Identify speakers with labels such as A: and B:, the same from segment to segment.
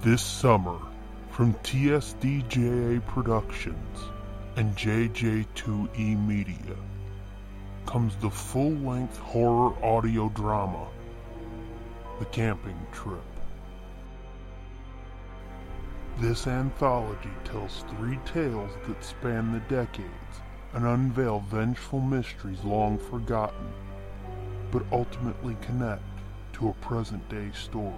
A: This summer, from TSDJA Productions and JJ2E E Media, comes the full length horror audio drama The Camping Trip. This anthology tells three tales that span the decades and unveil vengeful mysteries long forgotten, but ultimately connect to a present day story.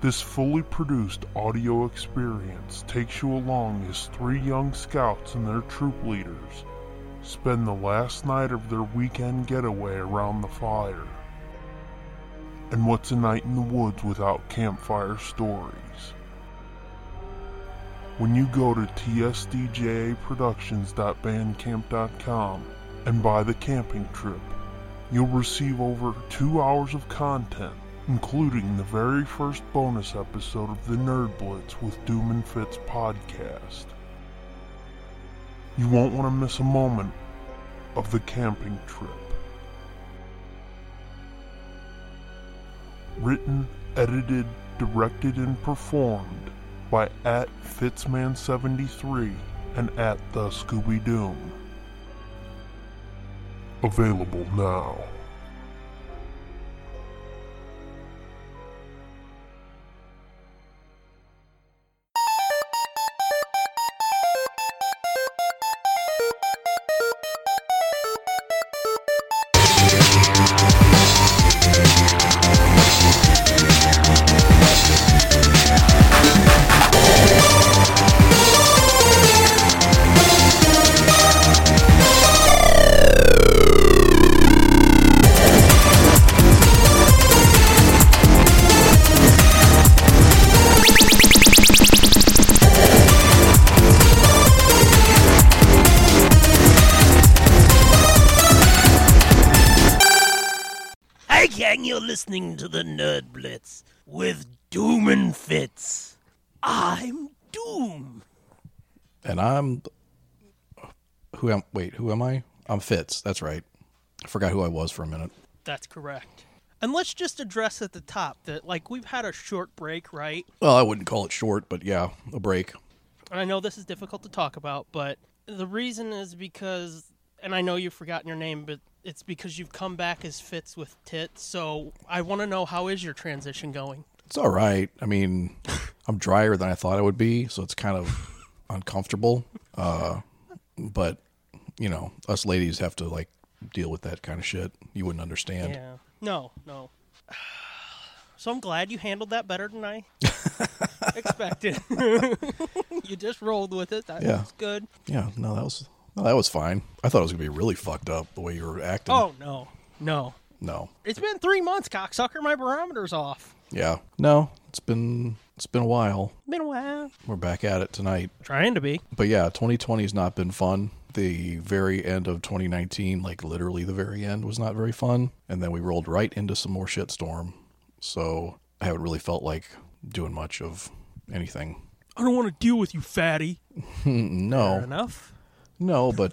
A: This fully produced audio experience takes you along as three young scouts and their troop leaders spend the last night of their weekend getaway around the fire. And what's a night in the woods without campfire stories? When you go to tsdjaproductions.bandcamp.com and buy the camping trip, you'll receive over two hours of content including the very first bonus episode of the Nerd Blitz with Doom and Fitz podcast. You won't want to miss a moment of the camping trip. Written, edited, directed, and performed by at Fitzman73 and at the Scooby Doom. Available now.
B: Hi, gang, you're listening to the Nerd Blitz with Doom and Fitz. I'm Doom.
C: and I'm who am wait who am I? I'm Fitz. That's right. I forgot who I was for a minute.
D: That's correct. And let's just address at the top that, like, we've had a short break, right?
C: Well, I wouldn't call it short, but yeah, a break.
D: And I know this is difficult to talk about, but the reason is because, and I know you've forgotten your name, but it's because you've come back as Fitz with Tit. So I want to know how is your transition going?
C: It's all right. I mean, I'm drier than I thought I would be, so it's kind of uncomfortable. Uh, but you know, us ladies have to like deal with that kind of shit. You wouldn't understand.
D: Yeah. No, no. So I'm glad you handled that better than I expected. you just rolled with it. That
C: Yeah.
D: was good.
C: Yeah, no, that was no, that was fine. I thought it was gonna be really fucked up the way you were acting.
D: Oh, no. No.
C: No.
D: It's been three months, cocksucker. My barometer's off.
C: Yeah. No, it's been it's been a while.
D: Been a while.
C: We're back at it tonight.
D: Trying to be.
C: but yeah 2020 has not been fun the very end of 2019 like literally the very end was not very fun and then we rolled right into some more shitstorm so i haven't really felt like doing much of anything
D: I don't want to deal with you, fatty. Fair
C: no
D: enough.
C: no but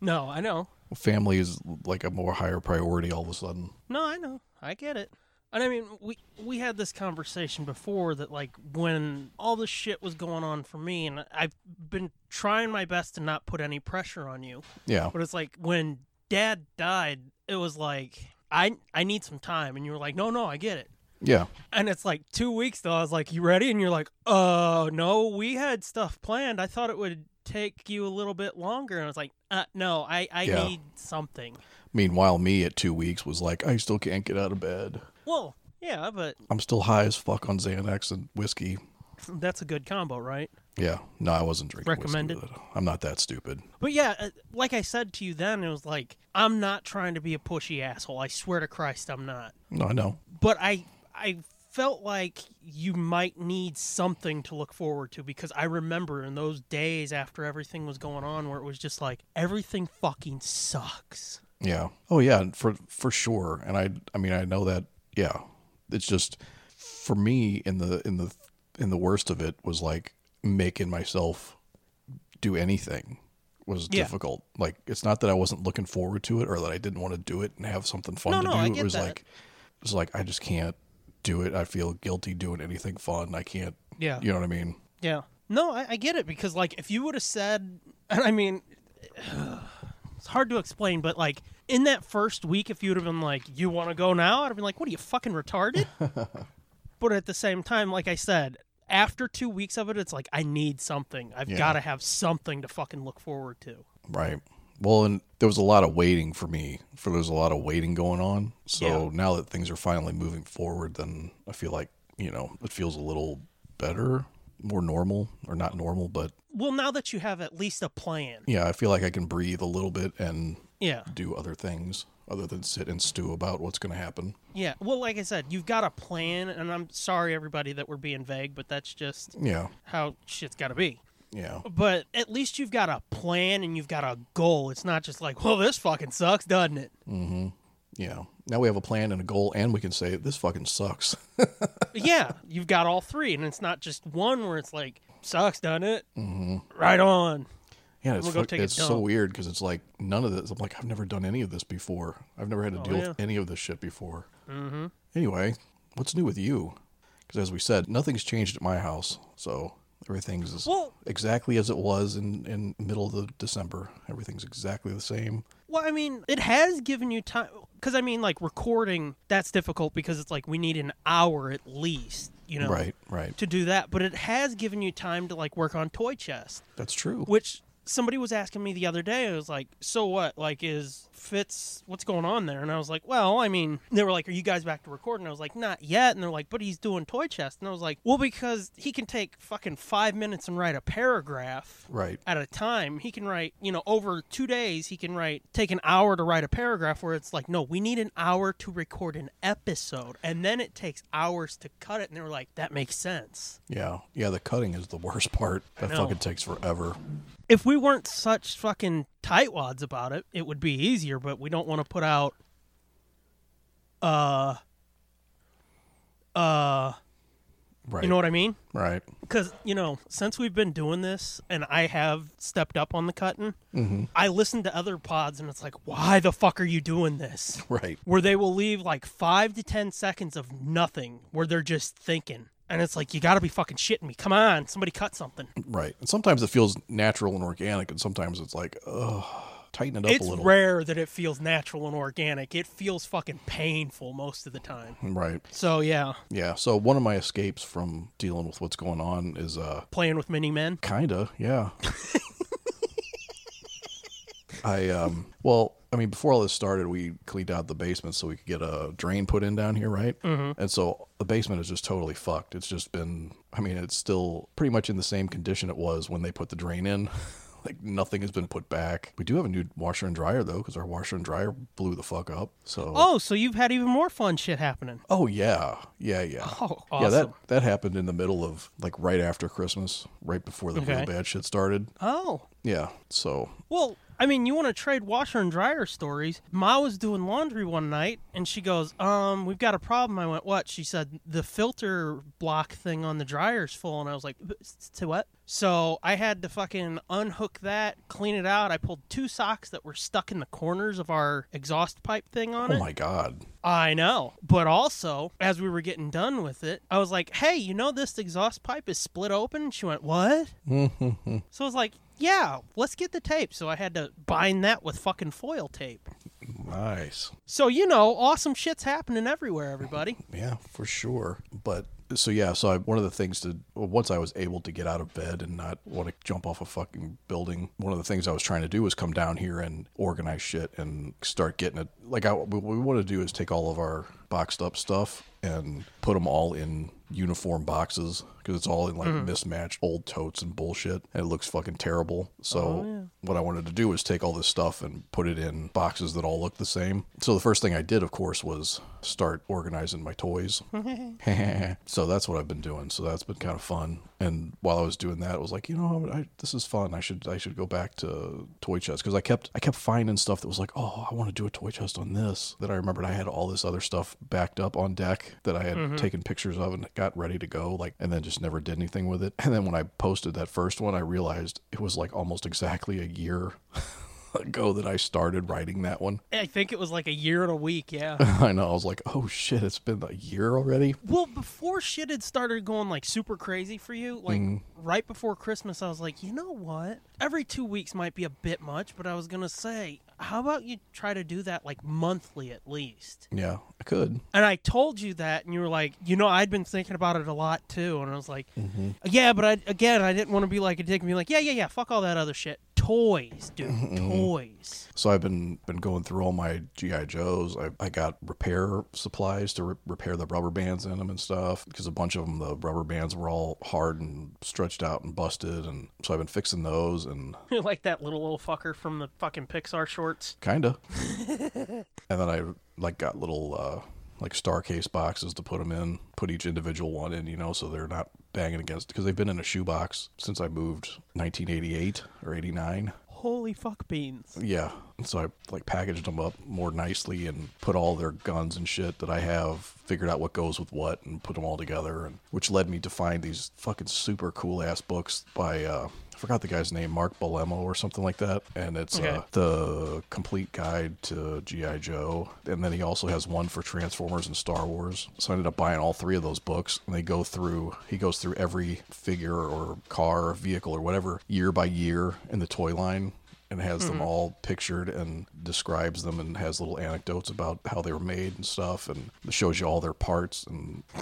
D: No, I know.
C: family is like a more higher priority all of a sudden
D: No, I know. I get it. And I mean, we we had this conversation before that, like when all this shit was going on for me, and I've been trying my best to not put any pressure on you,
C: yeah
D: but it's like when Dad died, it was like I I need some time, and you were like, no, no, I get it.
C: yeah
D: And it's like two weeks though. I was like, "You ready?" And you're like, "Uh, no, we had stuff planned. I thought it would take you a little bit longer." And I was like, uh, "No, I I
C: Yeah.
D: need something."
C: meanwhile me at two weeks was like i still can't get out of bed
D: Well, yeah, but
C: i'm still high as fuck on xanax and whiskey
D: that's a good combo, right?
C: yeah no i wasn't drinking whiskey
D: Recommended.
C: with it. i'm not that stupid
D: But yeah, uh, like I said to you then, it was like, "I'm not trying to be a pushy asshole. I swear to Christ, I'm not."
C: no i know
D: But I I felt like you might need something to look forward to because I remember in those days after everything was going on where it was just like everything fucking sucks.
C: Yeah. Oh yeah, and for for sure. And I I mean I know that yeah. It's just for me in the in the in the worst of it was like making myself do anything was
D: Yeah.
C: difficult. Like it's not that I wasn't looking forward to it or that I didn't want to do it and have something fun
D: No,
C: to
D: no,
C: do.
D: I
C: it
D: get
C: was
D: that.
C: like it was like I just can't do it. I feel guilty doing anything fun. I can't.
D: Yeah.
C: You know what I mean?
D: Yeah. No, I, I get it because like if you would have said, and I mean, it's hard to explain, but like in that first week, if you would have been like, "You want to go now?" I'd have been like, "What are you fucking retarded?" but at the same time, like I said, after two weeks of it, it's like I need something. I've
C: Yeah.
D: got to have something to fucking look forward to.
C: Right. Well, and there was a lot of waiting for me. For there's a lot of waiting going on. So
D: Yeah.
C: now that things are finally moving forward, then I feel like you know it feels a little better, more normal, or not normal, but
D: Well, now that you have at least a plan,
C: yeah, I feel like I can breathe a little bit and
D: yeah,
C: do other things other than sit and stew about what's going to happen.
D: yeah. Well, like I said, you've got a plan, and I'm sorry everybody that we're being vague, but that's just
C: Yeah.
D: how shit's got to be.
C: Yeah.
D: But at least you've got a plan and you've got a goal. It's not just like, well, this fucking sucks, doesn't it?
C: Yeah. Now we have a plan and a goal, and we can say this fucking sucks.
D: yeah, you've got all three, and it's not just one where it's like, sucks, doesn't it? Mm-hmm. Right on.
C: Yeah, it's,
D: gonna go
C: fuck-
D: take a
C: it's so
D: dump.
C: weird because it's like none of this. I'm like, I've never done any of this before. I've never had to deal
D: Oh, yeah.
C: with any of this shit before. Mm-hmm. Anyway, what's new with you? Because as we said, nothing's changed at my house, so everything's as-
D: Well-
C: exactly as it was in in middle of the December. Everything's exactly the same.
D: Well, I mean, it has given you time. Because, I mean, like, recording, that's difficult because it's like we need an hour at least, you know,
C: Right, right.
D: to do that. But it has given you time to, like, work on Toy Chest.
C: That's true.
D: which somebody was asking me the other day. It was like, so what? Like, is Fitz, what's going on there? And I was like, well, I mean, they were like, are you guys back to recording? I was like, not yet. And they're like, but he's doing Toy Chest. And I was like, well, because he can take fucking five minutes and write a paragraph.
C: Right.
D: At a time, he can write, you know, over two days, he can write, take an hour to write a paragraph where it's like, no, we need an hour to record an episode. And then it takes hours to cut it. And they were like, that makes sense.
C: Yeah, yeah. The cutting is the worst part. That
D: know.
C: fucking takes forever.
D: if we weren't such fucking tightwads about it, it would be easier, but we don't want to put out uh uh
C: Right.
D: you know what I mean?
C: right.
D: Cuz you know, since we've been doing this and I have stepped up on the cutting,
C: Mm-hmm.
D: I listen to other pods and it's like, "Why the fuck are you doing this?"
C: Right.
D: Where they will leave like 5 to 10 seconds of nothing where they're just thinking. And it's like, "You got to be fucking shitting me. Come on, somebody cut something."
C: Right. And sometimes it feels natural and organic, and sometimes it's like, ugh, tighten it up
D: it's
C: a little.
D: rare that it feels natural and organic. It feels fucking painful most of the time.
C: Right.
D: So yeah,
C: Yeah. So one of my escapes from dealing with what's going on is uh
D: playing with mini men.
C: kinda, yeah. I um well, I mean before all this started we cleaned out the basement so we could get a drain put in down here, right? Mm-hmm. And so the basement is just totally fucked. It's just been I mean, it's still pretty much in the same condition it was when they put the drain in. Like nothing has been put back. We do have a new washer and dryer though, because our washer and dryer blew the fuck up. So
D: Oh, so you've had even more fun shit happening.
C: Oh yeah, yeah, yeah.
D: Oh,
C: Yeah, that
D: awesome.
C: that happened in the middle of like right after Christmas, right before the
D: Okay.
C: real bad shit started.
D: Oh,
C: Yeah, so
D: well, I mean, you want to trade washer and dryer stories? Ma was doing laundry one night, and she goes, "Um, we've got a problem." I went, "What?" She said, "The filter block thing on the dryer's full," and I was like, "B- s- "To what?" So I had to fucking unhook that, clean it out. I pulled two socks that were stuck in the corners of our exhaust pipe thing on
C: oh
D: it.
C: my god,
D: I know. But also, as we were getting done with it, I was like, hey, you know this exhaust pipe is split open? She went, what? so I was like, yeah, let's get the tape. So I had to bind that with fucking foil tape.
C: nice.
D: So, you know, awesome shit's happening everywhere, everybody.
C: Yeah, for sure. But so yeah, so I, one of the things to well, once I was able to get out of bed and not want to jump off a fucking building, one of the things I was trying to do was come down here and organize shit and start getting it. Like I, what we want to do is take all of our boxed up stuff and put them all in uniform boxes because it's all in like mismatched old totes and bullshit and it looks fucking terrible so what i wanted to do was take all this stuff and put it in boxes that all look the same so the first thing i did of course was start organizing my toys so that's what i've been doing so that's been kind of fun and while i was doing that i was like you know I, this is fun i should i should go back to toy chest because i kept i kept finding stuff that was like oh i want to do a toy chest on this that i remembered i had all this other stuff backed up on deck that i had taken pictures of and got ready to go like and then just never did anything with it and then when i posted that first one i realized it was like almost exactly a year ago that I started writing that one.
D: I think it was like a year and a week, yeah.
C: I know. I was like, oh shit, it's been a year already.
D: Well, before shit had started going like super crazy for you, like right before Christmas, I was like, you know what? Every two weeks might be a bit much, but I was gonna say, how about you try to do that like monthly at least?
C: Yeah, I could.
D: And I told you that, and you were like, you know, I'd been thinking about it a lot too, and I was like, yeah, but I again, I didn't want to be like a dick and be like, yeah, yeah, yeah, fuck all that other shit. Toys, dude, toys.
C: So I've been been going through all my GI Joes. I, I got repair supplies to re- repair the rubber bands in them and stuff because a bunch of them the rubber bands were all hard and stretched out and busted, and so I've been fixing those and
D: like that little old fucker from the fucking Pixar shorts.
C: kinda. and then I like got little uh, like star case boxes to put them in, put each individual one in, you know, so they're not banging against because they've been in a shoebox since I moved 1988 or 89.
D: Holy fuck beans.
C: Yeah. So I like packaged them up more nicely and put all their guns and shit that I have, figured out what goes with what, and put them all together. And which led me to find these fucking super cool ass books by uh, I forgot the guy's name, Mark Balemo or something like that. And it's uh,
D: Okay.
C: the complete guide to GI Joe. And then he also has one for Transformers and Star Wars. So I ended up buying all three of those books. And they go through. He goes through every figure or car or vehicle or whatever year by year in the toy line and has them all pictured and describes them and has little anecdotes about how they were made and stuff and shows you all their parts and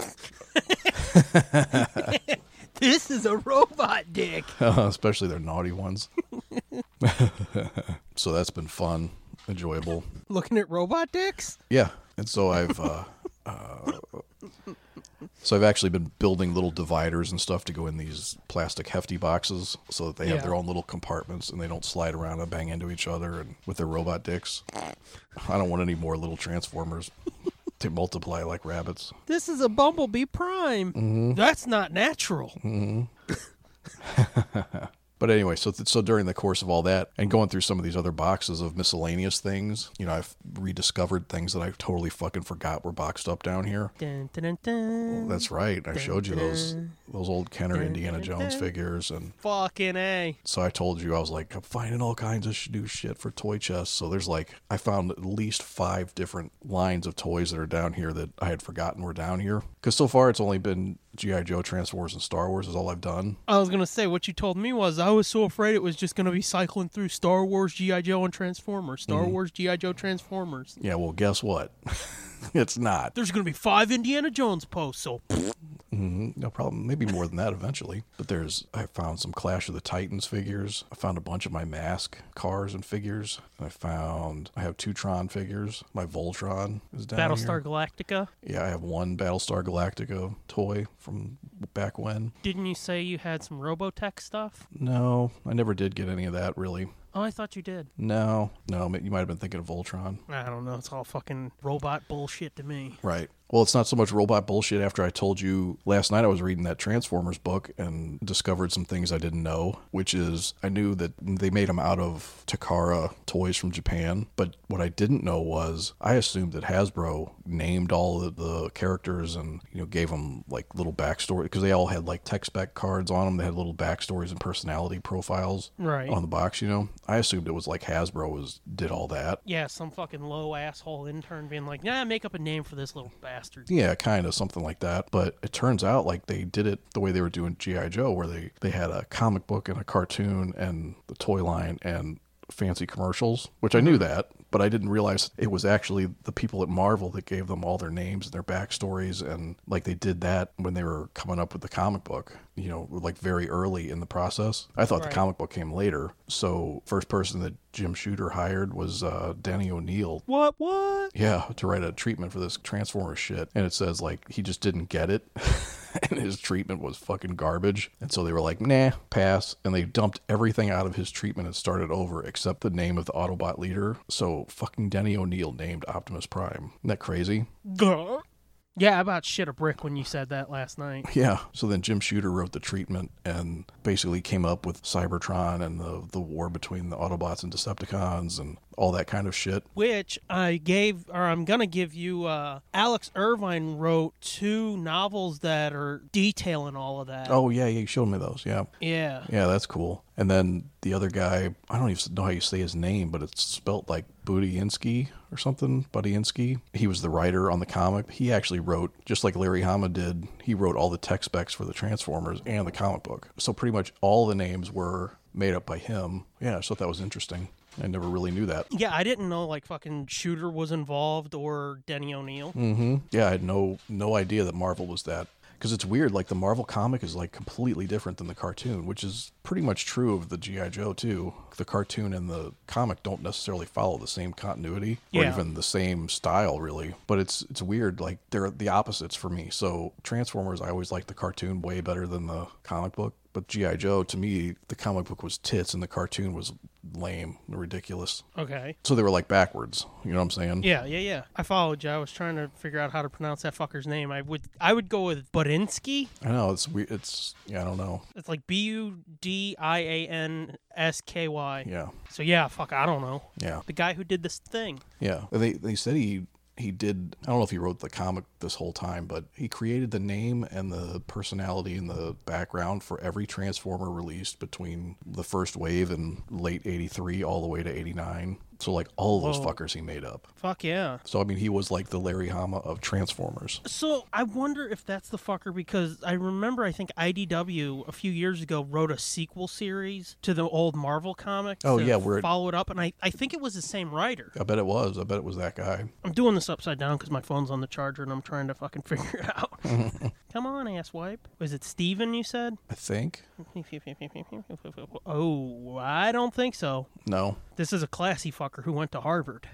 D: This is a robot dick.
C: especially their naughty ones. so that's been fun, enjoyable.
D: Looking at robot dicks?
C: Yeah, and so I've uh, uh, so I've actually been building little dividers and stuff to go in these plastic hefty boxes so that they have
D: Yeah.
C: their own little compartments and they don't slide around and bang into each other and with their robot dicks. I don't want any more little transformers. to multiply like rabbits.
D: This is a Bumblebee Prime. That's not natural.
C: But anyway, so th- so during the course of all that and going through some of these other boxes of miscellaneous things, you know, I've rediscovered things that I totally fucking forgot were boxed up down here.
D: Dun, dun, dun, dun.
C: That's right. I showed you those those old Kenner Indiana Jones figures and
D: Fucking A.
C: so I told you I was like I'm finding all kinds of sh- new shit for toy chests. So there's like I found at least 5 different lines of toys that are down here that I had forgotten were down here cuz so far it's only been GI Joe, Transformers and Star Wars is all I've done.
D: I was going to say, what you told me was I was so afraid it was just going to be cycling through Star Wars, G.I. Joe, and Transformers. Star Wars, G.I. Joe, Transformers.
C: Yeah, well guess what? it's not.
D: There's going to be five Indiana Jones posts, so
C: Mm-hmm. No problem. Maybe more than that eventually. But there's, I found some Clash of the Titans figures. I found a bunch of my Mask cars and figures. I found, I have two Tron figures. My Voltron is down
D: Battlestar
C: here.
D: Galactica.
C: Yeah, I have one Battlestar Galactica toy from back when.
D: Didn't you say you had some Robotech stuff?
C: No, I never did get any of that really.
D: Oh, I thought you did.
C: No, no, you might have been thinking of Voltron.
D: I don't know. It's all fucking robot bullshit to me.
C: Right. Well, it's not so much robot bullshit after I told you last night I was reading that Transformers book and discovered some things I didn't know, which is I knew that they made them out of Takara toys from Japan. But what I didn't know was I assumed that Hasbro named all of the characters and, you know, gave them like little backstory because they all had like tech spec cards on them. They had little backstories and personality profiles
D: Right.
C: on the box, you know. I assumed it was like Hasbro was did all that.
D: Yeah, some fucking low asshole intern being like, nah, make up a name for this little bastard.
C: Yeah, kind of something like that. But it turns out like they did it the way they were doing GI Joe, where they they had a comic book and a cartoon and the toy line and fancy commercials, which I knew that, but I didn't realize it was actually the people at Marvel that gave them all their names and their backstories and like they did that when they were coming up with the comic book, you know, like very early in the process. I thought
D: Right.
C: the comic book came later. So first person that Jim Shooter hired was uh, Danny O'Neill
D: What? What?
C: yeah, to write a treatment for this Transformer shit. And it says, like, he just didn't get it. and his treatment was fucking garbage. And so they were like, nah, pass. And they dumped everything out of his treatment and started over except the name of the Autobot leader. So fucking Denny O'Neill named Optimus Prime. Isn't that crazy?
D: Duh. Yeah, I about shit a brick when you said that last night.
C: Yeah. So then Jim Shooter wrote the treatment and basically came up with Cybertron and the, the war between the Autobots and Decepticons and all that kind of shit.
D: Which I gave, or I'm gonna give you. Uh, Alex Irvine wrote two novels that are detailing all of that.
C: Oh, yeah. Yeah. You showed me those. Yeah.
D: Yeah.
C: Yeah. That's cool. And then the other guy, I don't even know how you say his name, but it's spelt like Budiinsky or something. Budiinsky. He was the writer on the comic. He actually wrote, just like Larry Hama did, he wrote all the tech specs for the Transformers and the comic book. So pretty much all the names were made up by him. Yeah. I thought that was interesting. I never really knew that.
D: Yeah, I didn't know like fucking Shooter was involved or Denny O'Neil.
C: Mm. Yeah, I had no no idea that Marvel was that because it's weird. Like the Marvel comic is like completely different than the cartoon, which is pretty much true of the GI Joe too. The cartoon and the comic don't necessarily follow the same continuity or
D: Yeah.
C: even the same style, really. But it's it's weird. Like they're the opposites for me. So Transformers, I always liked the cartoon way better than the comic book. But GI Joe, to me, the comic book was tits and the cartoon was lame, ridiculous.
D: Okay.
C: So they were like backwards. You know what I'm saying?
D: Yeah, yeah, yeah. I followed you. I was trying to figure out how to pronounce that fucker's name. I would I would go with Budinsky.
C: I know it's weird. It's yeah, I don't know.
D: It's like B U D I A N S K Y.
C: Yeah.
D: So yeah, fuck, I don't know.
C: Yeah,
D: The guy who did this thing.
C: yeah. They they said he he did. I don't know if he wrote the comic this whole time, but he created the name and the personality and the background for every Transformer released between the first wave and late '83 all the way to '89. So like all those
D: Whoa.
C: fuckers he made up.
D: Fuck yeah.
C: So I mean, he was like the Larry Hama of Transformers.
D: So I wonder if that's the fucker because I remember I think IDW a few years ago wrote a sequel series to the old Marvel comic.
C: Oh,
D: to
C: yeah, where it-
D: follow it up, and I, I think it was the same writer.
C: I bet it was. I bet it was that guy.
D: I'm doing this upside down because my phone's on the charger and I'm trying to fucking figure it out. Come on, asswipe. Was it Steven you said?
C: I think.
D: Oh, I don't think so.
C: No.
D: This is a classy fucker who went to Harvard.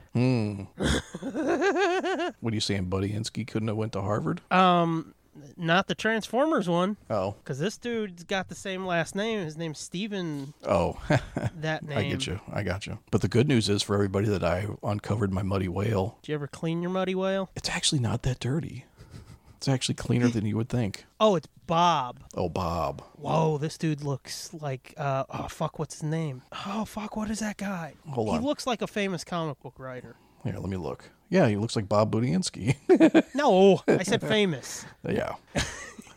C: What are you saying? Buddy Insky couldn't have went to Harvard.
D: Um, not the Transformers one,
C: Oh.
D: because this dude's got the same last name. His name's Steven,
C: Oh.
D: that name.
C: I get you. I got you. But the good news is for everybody that I uncovered my muddy whale,
D: Did you ever clean your muddy whale?
C: it's actually not that dirty. It's actually cleaner than you would think.
D: Oh, it's Bob.
C: Oh, Bob.
D: Whoa, this dude looks like uh oh fuck, what's his name? Oh fuck, what is that guy?
C: Hold
D: he
C: on.
D: looks like a famous comic book writer.
C: Here, let me look. Yeah, he looks like Bob Budiansky.
D: No, I said famous.
C: yeah.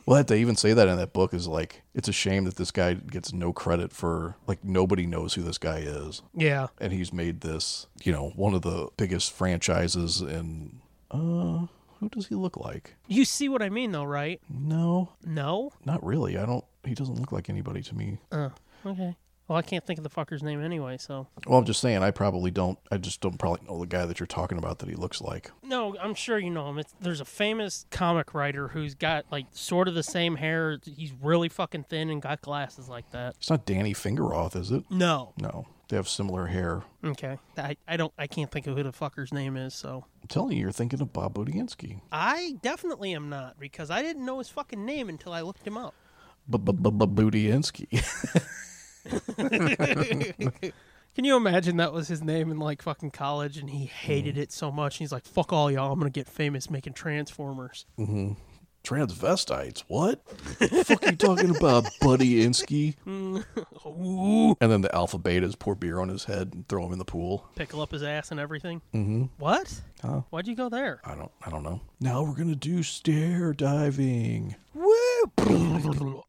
C: Well, that they even say that in that book is like, it's a shame that this guy gets no credit for, like, nobody knows who this guy is.
D: Yeah.
C: And he's made this, you know, one of the biggest franchises in, uh, who does he look like?
D: You see what I mean though, right?
C: No,
D: No?
C: not really. I don't, he doesn't look like anybody to me.
D: Oh, okay. Well, I can't think of the fucker's name anyway, so.
C: Well, I'm just saying, I probably don't. I just don't probably know the guy that you're talking about that he looks like.
D: No, I'm sure you know him. It's, there's a famous comic writer who's got like sort of the same hair. He's really fucking thin and got glasses like that.
C: It's not Danny Fingeroth, is it?
D: No.
C: No, they have similar hair.
D: Okay. I, I don't I can't think of who the fucker's name is, so.
C: I'm telling you, you're thinking of Bob Budiansky.
D: I definitely am not because I didn't know his fucking name until I looked him up.
C: Budiansky.
D: Can you imagine that was his name in like fucking college and he
C: Mm.
D: hated it so much? He's like, fuck all y'all, I'm gonna get famous making Transformers.
C: Transvestites. What? the fuck you talking about, Budiansky?
D: Ooh.
C: And then the alpha betas pour beer on his head and throw him in the pool.
D: Pickle up his ass and everything. Mm-hmm. What?
C: Huh?
D: Why'd you go there?
C: I don't. I don't know. Now we're gonna do stair diving.
D: Woo!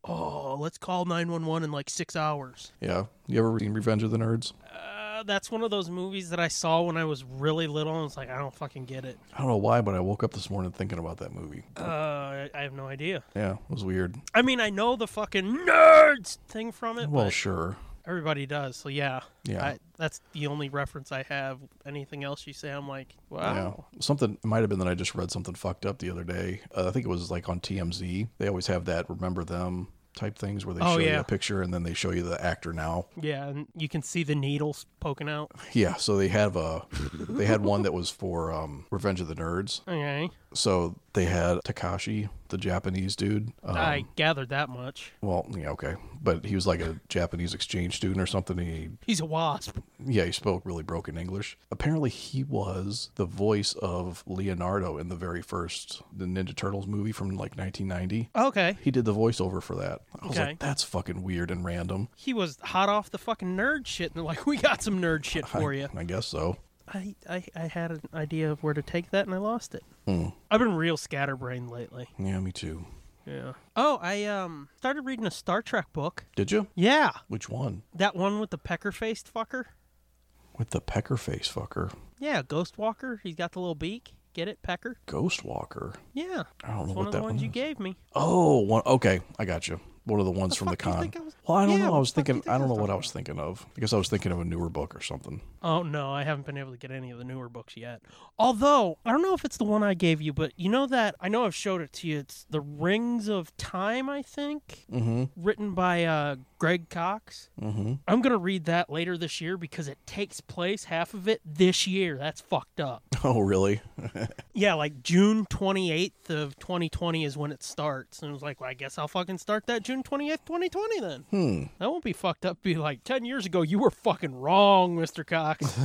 D: oh, let's call 911 in like six hours.
C: Yeah. You ever seen Revenge of the Nerds?
D: Uh, that's one of those movies that I saw when I was really little and was like, I don't fucking get it.
C: I don't know why, but I woke up this morning thinking about that movie.
D: Uh, I- I have no idea.
C: Yeah, it was weird.
D: I mean, I know the fucking nerds thing from it.
C: Well,
D: but
C: sure.
D: everybody does. So yeah,
C: Yeah.
D: I, that's the only reference I have. Anything else you say, I'm like,
C: Yeah.
D: wow.
C: Something it might have been that I just read something fucked up the other day. Uh, I think it was like on TMZ. They always have that remember them type things where they
D: Oh,
C: show you
D: yeah.
C: a picture and then they show you the actor now.
D: Yeah. and you can see the needles poking out.
C: Yeah, so they have a they had one that was for um, Revenge of the Nerds.
D: Okay,
C: So they had Takashi, the Japanese dude. Um,
D: I gathered that much.
C: well, yeah, okay. but he was like a Japanese exchange student or something. He
D: He's a wasp.
C: yeah, he spoke really broken English. Apparently, he was the voice of Leonardo in the very first the Ninja Turtles movie from like 1990.
D: Okay.
C: He did the voiceover for that. I was
D: Okay.
C: like, that's fucking weird and random.
D: He was hot off the fucking nerd shit, and they're like, we got some nerd shit for
C: I,
D: you.
C: I guess so.
D: I, I, I had an idea of where to take that, and I lost it.
C: Hmm.
D: I've been real scatterbrained lately.
C: Yeah, me too.
D: Yeah. Oh, I um started reading a Star Trek book.
C: Did you?
D: Yeah,
C: Which one?
D: that one with the pecker-faced fucker.
C: With the pecker face fucker.
D: Yeah, Ghost Walker. He's got the little beak. Get it, pecker?
C: Ghost Walker.
D: Yeah.
C: I don't know
D: It's
C: what
D: one of
C: that
D: the ones
C: one
D: you
C: is.
D: gave me.
C: Oh, one. Okay, I got you. One of the ones from the
D: fuck do you
C: con.
D: think I was-
C: well, I don't
D: Yeah,
C: know. I
D: what
C: was
D: the fuck do you
C: thinking.
D: think
C: I
D: I
C: don't know
D: was
C: what I was thinking of. I guess I was thinking of a newer book or something.
D: Oh no, I haven't been able to get any of the newer books yet. Although I don't know if it's the one I gave you, but you know that I know I've showed it to you. It's the Rings of Time, I think,
C: Mm-hmm.
D: written by uh, Greg Cox.
C: Mm-hmm.
D: I'm gonna read that later this year because it takes place half of it this year. That's fucked up.
C: Oh, really?
D: Yeah, like June 28th of 2020 is when it starts. And it was like, well, I guess I'll fucking start that June 28th, 2020 then.
C: Hmm.
D: That won't be fucked up. Be like, 10 years ago, you were fucking wrong, Mr. Cox.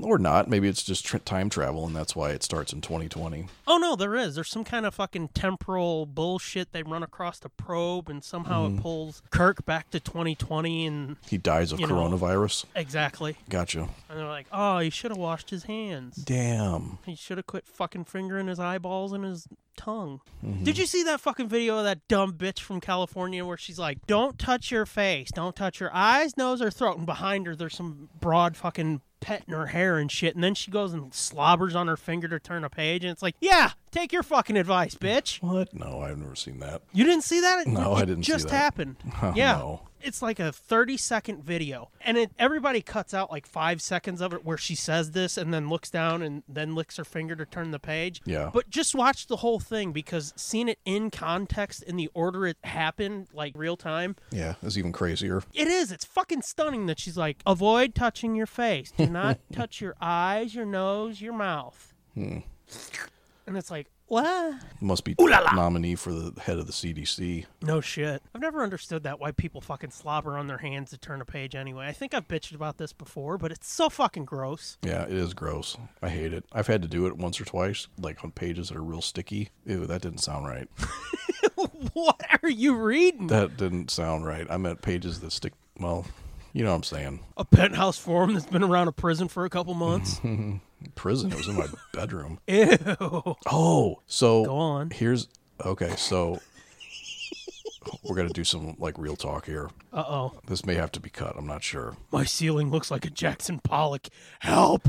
C: Or not. Maybe it's just tr time travel, and that's why it starts in 2020.
D: oh, no, there is. There's some kind of fucking temporal bullshit. They run across the probe and somehow it pulls Kirk back to 2020 and
C: He dies of
D: You know.
C: coronavirus.
D: exactly.
C: Gotcha.
D: And they're like, oh, he should have washed his hands.
C: Damn.
D: He should have quit fucking fingering his eyeballs and his tongue. Did you see that fucking video of that dumb bitch from California where she's like, "Don't touch your face, don't touch your eyes, nose, or throat," and behind her there's some broad fucking petting her hair and shit, and then she goes and slobbers on her finger to turn a page, and it's like, "Yeah, take your fucking advice, bitch."
C: What? No, I've never seen that.
D: You didn't see that?
C: No,
D: it
C: I didn't see
D: Just
C: that.
D: happened.
C: Oh,
D: yeah,
C: no.
D: it's like a thirty-second video, and it everybody cuts out like five seconds of it where she says this and then looks down and then licks her finger to turn the page.
C: Yeah.
D: But just watch the whole thing because seeing it in context in the order it happened, like real time,
C: Yeah, it's even crazier.
D: it is. It's fucking stunning that she's like, avoid touching your face. Do not touch your eyes, your nose, your mouth.
C: Hmm.
D: And it's like, what?
C: Must be nominee for the head of the CDC.
D: No shit. I've never understood that why people fucking slobber on their hands to turn a page anyway. I think I've bitched about this before, but it's so fucking gross.
C: Yeah, it is gross. I hate it. I've had to do it once or twice, like on pages that are real sticky. Ew, that didn't sound right.
D: what are you reading?
C: That didn't sound right. I meant pages that stick. Well, you know what I'm saying.
D: A penthouse forum that's been around a prison for a couple months.
C: Prison. It was in my bedroom.
D: Ew.
C: Oh, so
D: Go on.
C: Here's okay. So we're gonna do some like real talk here.
D: Uh oh.
C: This may have to be cut. I'm not sure.
D: My ceiling looks like a Jackson Pollock. Help!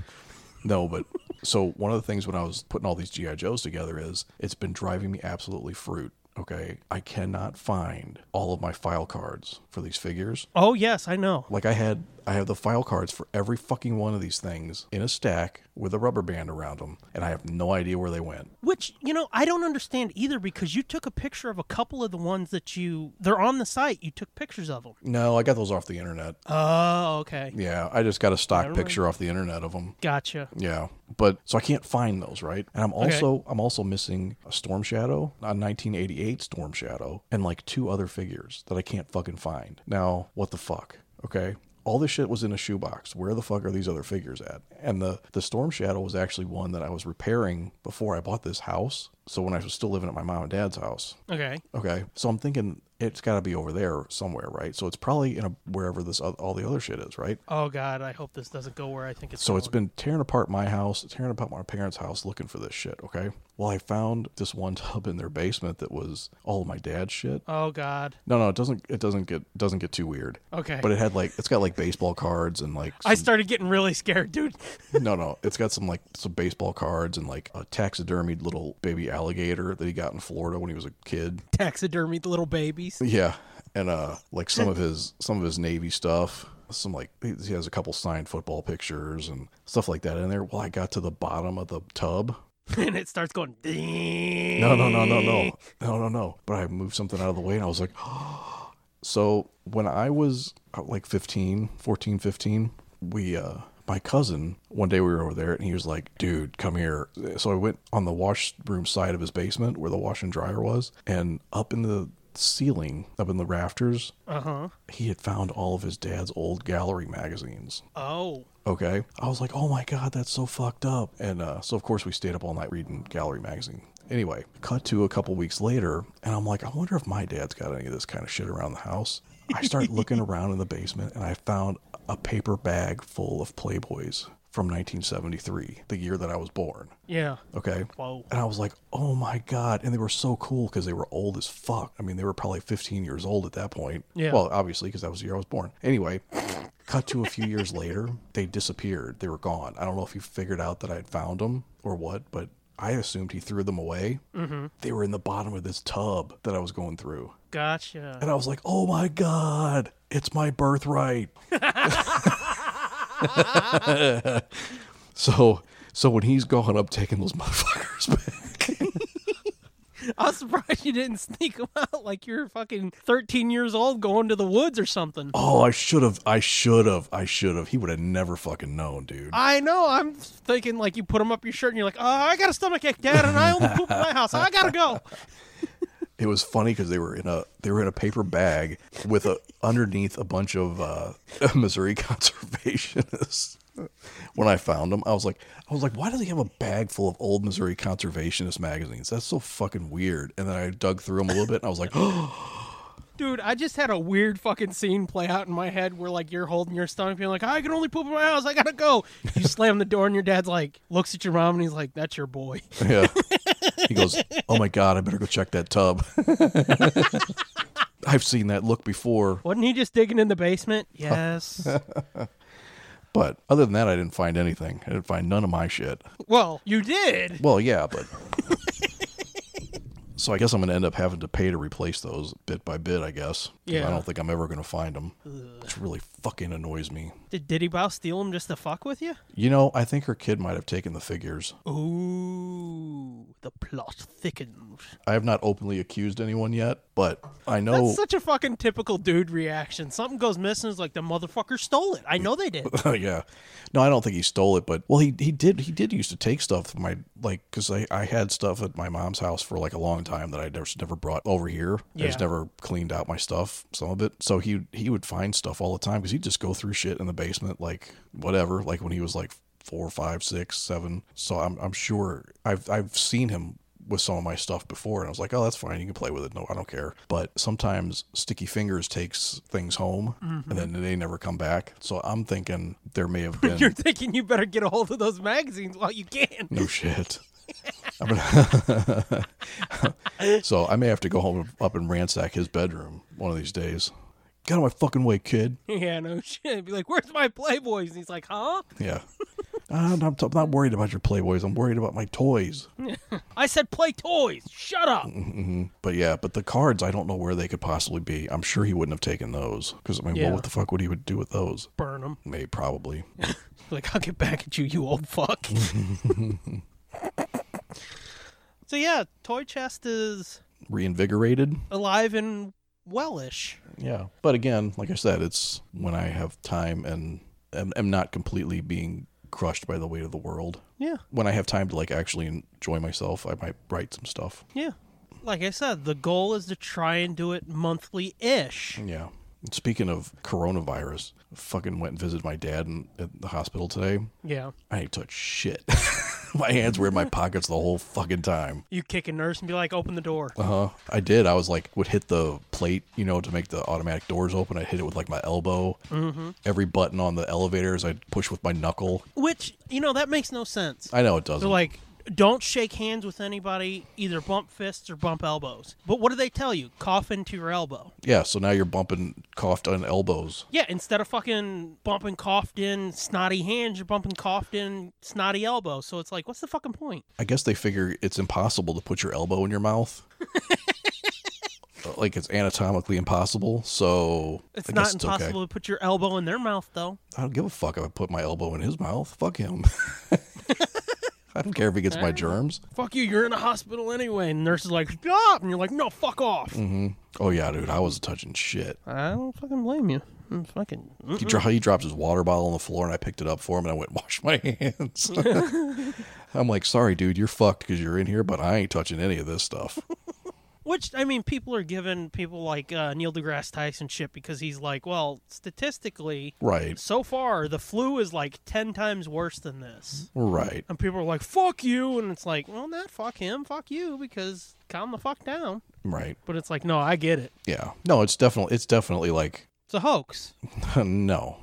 C: No, but so one of the things when I was putting all these GI Joes together is it's been driving me absolutely fruit. Okay, I cannot find all of my file cards for these figures.
D: Oh, yes, I know.
C: Like I had, I have the file cards for every fucking one of these things in a stack with a rubber band around them, and I have no idea where they went.
D: Which, you know, I don't understand either because you took a picture of a couple of the ones that you. They're on the site. You took pictures of them.
C: No, I got those off the internet.
D: Oh, okay.
C: Yeah, I just got a stock picture off the internet of them.
D: Gotcha.
C: Yeah, but so I can't find those, right? And I'm also I'm also missing a Storm Shadow, a 1988 Storm Shadow, and like two other figures that I can't fucking find. Now, what the fuck? Okay. All this shit was in a shoebox. Where the fuck are these other figures at? And the the Storm Shadow was actually one that I was repairing before I bought this house. So when I was still living at my mom and dad's house,
D: Okay.
C: Okay. So I'm thinking it's got to be over there somewhere, right? So it's probably in a wherever this oth- all the other shit is, right?
D: Oh, God, I hope this doesn't go where I think it's
C: So
D: going.
C: it's been tearing apart my house, tearing apart my parents' house looking for this shit, okay? Well, I found this one tub in their basement that was all of my dad's shit.
D: Oh God.
C: No, no, it doesn't it doesn't get doesn't get too weird.
D: Okay.
C: But it had like it's got like baseball cards and like
D: I started getting really scared, dude.
C: no, no. It's got some like some baseball cards and like a taxidermied little baby alligator that he got in Florida when he was a kid.
D: Taxidermy the little babies.
C: Yeah, and uh, like some of his some of his Navy stuff, some like he he has a couple signed football pictures and stuff like that in there. Well, I got to the bottom of the tub.
D: and it starts going. No.
C: No, no, no, no, no, no, no, no. But I moved something out of the way, and I was like, so when I was uh, like 15, 14, 15, we uh. My cousin, one day we were over there and he was like, dude, come here. So I went on the washroom side of his basement where the wash and dryer was, and up in the ceiling up in the rafters,
D: Uh huh.
C: he had found all of his dad's old gallery magazines.
D: Oh.
C: Okay. I was like, oh my God, that's so fucked up. And uh, so, of course, we stayed up all night reading Gallery Magazine. Anyway, cut to a couple weeks later, and I'm like, I wonder if my dad's got any of this kind of shit around the house. I start looking around in the basement, and I found a paper bag full of Playboys from 1973, the year that I was born.
D: Yeah.
C: Okay.
D: Whoa.
C: And I was like, oh my God. And they were so cool because they were old as fuck. I mean, they were probably 15 years old at that point.
D: Yeah.
C: Well, obviously, because that was the year I was born. Anyway, cut to a few years later, they disappeared. They were gone. I don't know if he figured out that I had found them or what, but I assumed he threw them away. Mm-hmm. They were in the bottom of this tub that I was going through.
D: Gotcha.
C: And I was like, oh my God, it's my birthright. so, so when he's gone, I'm taking those motherfuckers back.
D: I was surprised you didn't sneak them out like you're fucking 13 years old going to the woods or something.
C: Oh, I should have. I should have. I should have. He would have never fucking known, dude.
D: I know. I'm thinking like you put them up your shirt and you're like, oh, I got a stomach ache, Dad, and I only poop in my house. I gotta go.
C: It was funny because they were in a they were in a paper bag with a underneath a bunch of uh, Missouri conservationists. When I found them, I was like, I was like, why does he have a bag full of old Missouri conservationist magazines? That's so fucking weird. And then I dug through them a little bit, and I was like, oh,
D: Dude, I just had a weird fucking scene play out in my head where like you're holding your stomach, being like, I can only poop in my house. I gotta go. You slam the door and your dad's like looks at your mom and he's like, that's your boy.
C: yeah. He goes, oh my god, I better go check that tub. I've seen that look before.
D: Wasn't he just digging in the basement? Yes.
C: But other than that, I didn't find anything. I didn't find none of my shit.
D: well, you did.
C: Well, yeah, but. so I guess I'm going to end up having to pay to replace those bit by bit, I guess. 'cause
D: Yeah.
C: I don't think I'm ever going to find them, which really fucking annoys me.
D: Did Diddy Bow steal him just to fuck with you?
C: You know, I think her kid might have taken the figures.
D: Ooh, the plot thickens.
C: I have not openly accused anyone yet, but I know.
D: That's such a fucking typical dude reaction. Something goes missing, it's like the motherfucker stole it. I know they did.
C: Oh, yeah. No, I don't think he stole it, but well, he he did he did used to take stuff from my like because I I had stuff at my mom's house for like a long time that I just never brought over here. I just
D: Yeah.
C: never cleaned out my stuff, some of it. So he he would find stuff all the time because he'd just go through shit in the basement, like whatever, like when he was like four, five, six, seven. So I'm I'm sure I've I've seen him with some of my stuff before and I was like, oh, that's fine. You can play with it. No, I don't care. But sometimes Sticky Fingers takes things home and then they never come back. So I'm thinking there may have been
D: You're thinking you better get a hold of those magazines while you can.
C: no shit. I'm gonna- so I may have to go home up and ransack his bedroom one of these days. Get out of my fucking way, kid.
D: Yeah, no shit. Be like, where's my Playboys? And he's like, huh?
C: Yeah. Ah, I'm not, I'm not worried about your Playboys. I'm worried about my toys.
D: I said play toys. Shut up.
C: But yeah, but the cards, I don't know where they could possibly be. I'm sure he wouldn't have taken those because I mean,
D: Yeah.
C: what the fuck would he would do with those?
D: Burn them.
C: Maybe probably.
D: Like, I'll get back at you, you old fuck. so, yeah, Toy Chest is
C: Reinvigorated.
D: alive and wellish.
C: Yeah. But again, like I said, it's when I have time and am, am not completely being crushed by the weight of the world.
D: Yeah,
C: When I have time to like actually enjoy myself, I might write some stuff.
D: yeah. Like I said, the goal is to try and do it monthly ish.
C: Yeah. And Speaking of coronavirus, I fucking went and visited my dad in, at the hospital today.
D: Yeah.
C: I ain't touched shit. my hands were in my pockets the whole fucking time.
D: You kick a nurse and be like, open the door.
C: Uh huh. I did. I was like, would hit the plate, you know, to make the automatic doors open. I'd hit it with like my elbow. Mm-hmm. Every button on the elevators, I'd push with my knuckle.
D: Which, you know, that makes no sense.
C: I know it doesn't.
D: They're like, don't shake hands with anybody, either bump fists or bump elbows. But what do they tell you? Cough into your elbow.
C: yeah. So now you're bumping coughed on elbows.
D: Yeah, instead of fucking bumping coughed in snotty hands, you're bumping coughed in snotty elbows. So it's like, what's the fucking point?
C: I guess they figure it's impossible to put your elbow in your mouth. like it's anatomically impossible. So
D: It's
C: I
D: not
C: guess
D: impossible
C: Okay.
D: to put your elbow in their mouth, though.
C: I don't give a fuck if I put my elbow in his mouth. Fuck him. I don't care if he gets my germs.
D: Fuck you, you're in a hospital anyway. And the nurse is like, stop. And you're like, no, fuck off.
C: Oh yeah, dude. I was touching shit.
D: I don't fucking blame you. Mm, I'm fucking.
C: He, dro- he dropped his water bottle on the floor, and I picked it up for him, and I went and washed my hands. I'm like, sorry, dude, you're fucked because you're in here, but I ain't touching any of this stuff.
D: Which I mean, people are giving people like uh, Neil deGrasse Tyson shit because he's like, well, statistically,
C: Right.
D: so far the flu is like ten times worse than this,
C: Right.
D: and people are like, fuck you, and it's like, well, not fuck him, fuck you, because calm the fuck down.
C: Right.
D: But it's like, no, I get it.
C: Yeah. No, it's definitely it's definitely like
D: It's a hoax.
C: no.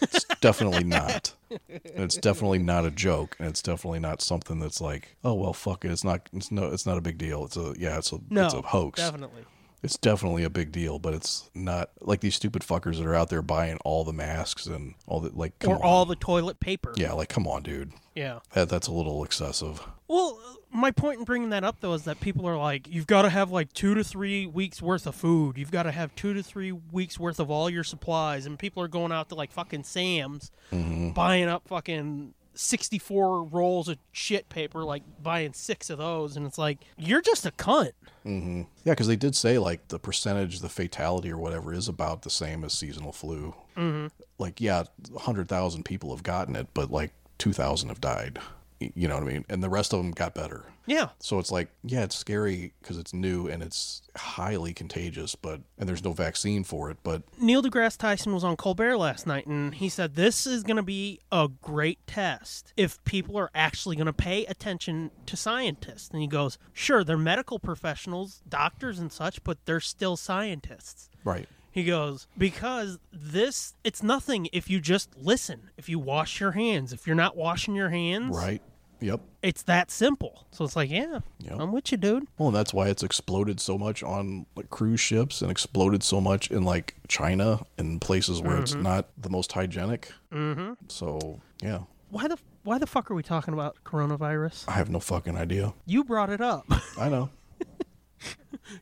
C: It's definitely not. And it's definitely not a joke and it's definitely not something that's like, oh well fuck it. It's not it's no it's not a big deal. It's a yeah, it's a
D: No,
C: it's a hoax.
D: Definitely.
C: It's definitely a big deal, but it's not like these stupid fuckers that are out there buying all the masks and all the like come
D: or
C: on.
D: all the toilet paper.
C: Yeah, like come on, dude.
D: Yeah.
C: That, that's a little excessive.
D: Well, my point in bringing that up though is that people are like, you've got to have like two to three weeks worth of food. You've got to have two to three weeks worth of all your supplies, and people are going out to like fucking Sam's,
C: Mm-hmm.
D: buying up fucking. 64 rolls of shit paper, like buying six of those, and it's like, you're just a cunt.
C: Yeah, because they did say like the percentage, the fatality or whatever is about the same as seasonal flu. Mm-hmm. Like, yeah, 100,000 people have gotten it, but like 2,000 have died. Y- You know what I mean? And the rest of them got better.
D: Yeah.
C: So it's like, yeah, it's scary because it's new and it's highly contagious, but, and there's no vaccine for it, but
D: Neil deGrasse Tyson was on Colbert last night, and he said this is going to be a great test if people are actually going to pay attention to scientists. And he goes, Sure, they're medical professionals, doctors, and such, but they're still scientists.
C: right.
D: He goes, Because this, it's nothing if you just listen, if you wash your hands. If you're not washing your hands,
C: Right. Yep.
D: it's that simple. So it's like, Yeah,
C: Yep.
D: I'm with you, dude.
C: Well, and Oh, that's why it's exploded so much on like, cruise ships and exploded so much in like China and places where it's not the most hygienic. Mm-hmm. So, yeah,
D: Why the, why the fuck are we talking about coronavirus?
C: I have no fucking idea.
D: You brought it up.
C: I know.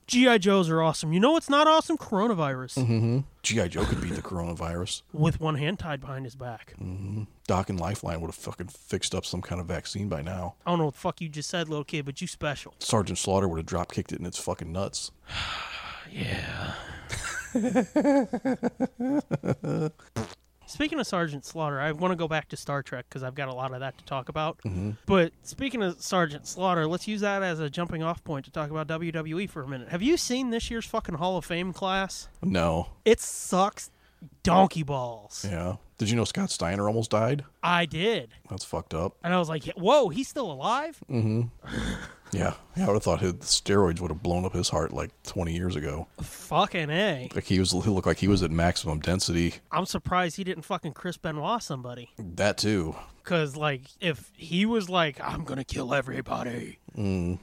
D: GI Joes are awesome. You know what's not awesome? Coronavirus.
C: G.I. Joe could beat the coronavirus.
D: With one hand tied behind his back.
C: Doc and Lifeline would have fucking fixed up some kind of vaccine by now.
D: I don't know what the fuck you just said, little kid, but you special.
C: Sergeant Slaughter would have drop kicked it in its fucking nuts.
D: Yeah. speaking of Sergeant Slaughter, I want to go back to Star Trek because I've got a lot of that to talk about. But speaking of Sergeant Slaughter, let's use that as a jumping off point to talk about WWE for a minute. Have you seen this year's fucking Hall of Fame class?
C: No.
D: It sucks donkey balls.
C: Yeah. Did you know Scott Steiner almost died?
D: I did.
C: That's fucked up.
D: And I was like, whoa, he's still alive?
C: Yeah. Yeah, I would have thought his steroids would have blown up his heart like 20 years ago.
D: Fucking A.
C: Like he was, he looked like he was at maximum density.
D: I'm surprised he didn't fucking Chris Benoit somebody.
C: That too.
D: Because, like, if he was like, I'm going to kill everybody,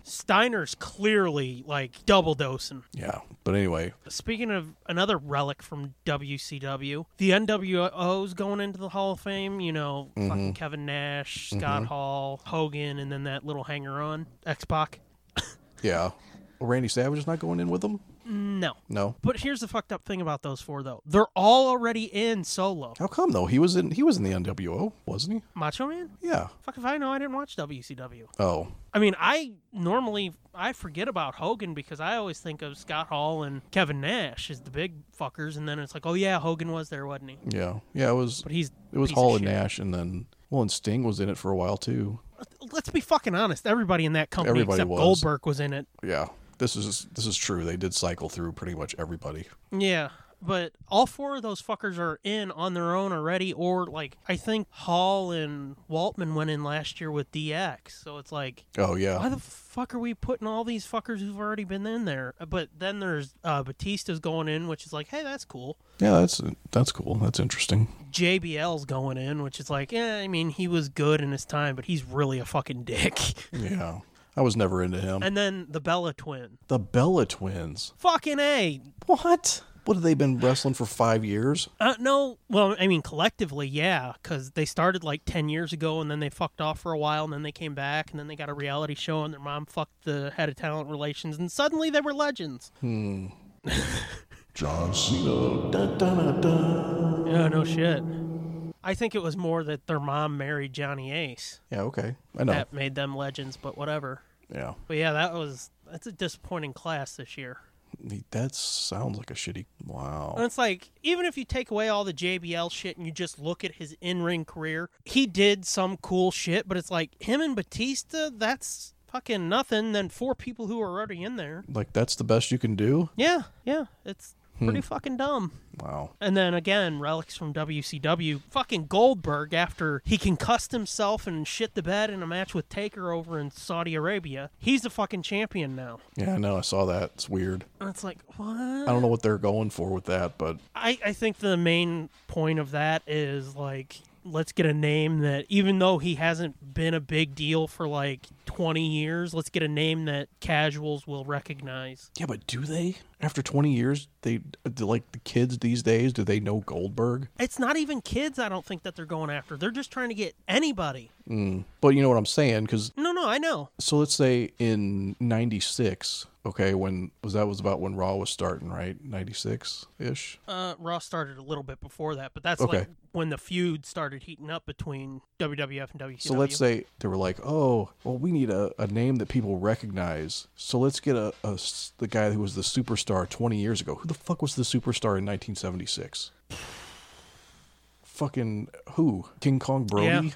D: Steiner's clearly, like, double dosing.
C: Yeah. But anyway,
D: Speaking of another relic from WCW, the NWO's going into the Hall of Fame, you know, fucking Kevin Nash, Scott Hall, Hogan, and then that little hanger on, X Pac.
C: yeah. Randy Savage is not going in with them?
D: No.
C: No.
D: But here's the fucked up thing about those four, though. They're all already in solo.
C: How come though? He was in he was in the NWO, wasn't
D: Macho Man?
C: he? Yeah.
D: Fuck if I know. I didn't watch WCW.
C: Oh.
D: I mean, I normally I forget about Hogan because I always think of Scott Hall and Kevin Nash as the big fuckers, and then it's like, oh yeah, Hogan was there, wasn't he?
C: Yeah. Yeah, it was
D: But he's
C: it was
D: piece of
C: Hall and
D: shit.
C: Nash and then well and Sting was in it for a while too.
D: Let's be fucking honest. Everybody in that company
C: Everybody
D: except
C: was.
D: Goldberg was in it.
C: Yeah. This is this is true. They did cycle through pretty much everybody.
D: Yeah. But all four of those fuckers are in on their own already, or like I think Hall and Waltman went in last year with DX. So it's like,
C: Oh yeah.
D: why the fuck are we putting all these fuckers who've already been in there? But then there's uh, Batista's going in, which is like, hey, that's cool.
C: Yeah, that's that's cool. That's interesting.
D: JBL's going in, which is like, eh, I mean, he was good in his time, but he's really a fucking dick.
C: Yeah. I was never into him.
D: and then the Bella twin.
C: the Bella twins.
D: Fucking A.
C: What? What have they been wrestling for five years?
D: Uh, no, well, I mean, collectively, yeah, because they started like 10 years ago and then they fucked off for a while and then they came back and then they got a reality show and their mom fucked the head of talent relations and suddenly they were legends.
C: John Cena.
D: Yeah, no shit. I think it was more that their mom married Johnny Ace
C: Yeah, okay. I know.
D: that made them legends, but whatever.
C: Yeah.
D: But yeah, that was, that's a disappointing class this year.
C: That sounds like a shitty.
D: And
C: Wow.
D: it's like, even if you take away all the JBL shit and you just look at his in ring career, he did some cool shit, but it's like him and Batista, that's fucking nothing than four people who are already in there.
C: Like that's the best you can do?
D: Yeah, yeah, it's pretty fucking dumb.
C: Wow.
D: And then again, relics from WCW. Fucking Goldberg after he concussed himself and shit the bed in a match with Taker over in Saudi Arabia. He's the fucking champion now.
C: Yeah, I know. I saw that. It's weird.
D: And it's like,
C: I
D: what?
C: don't know what they're going for with that, but
D: I, I think the main point of that is like, let's get a name that, even though he hasn't been a big deal for like 20 years, let's get a name that casuals will recognize.
C: yeah, but do they? After 20 years, they do, like the kids these days, do they know Goldberg?
D: It's not even kids, I don't think, that they're going after. They're just trying to get anybody.
C: But you know what I'm saying cuz
D: No, no, I know.
C: so let's say in 96, okay, when was that was about when Raw was starting, right? 96-ish.
D: Uh, Raw started a little bit before that, but that's
C: Okay.
D: like when the feud started heating up between WWF and WCW.
C: So let's say they were like, "Oh, well, we need a, a name that people recognize. So let's get a, a s- the guy who was the superstar 20 years ago. Who the fuck was the superstar in 1976? Fucking who? King Kong Brody?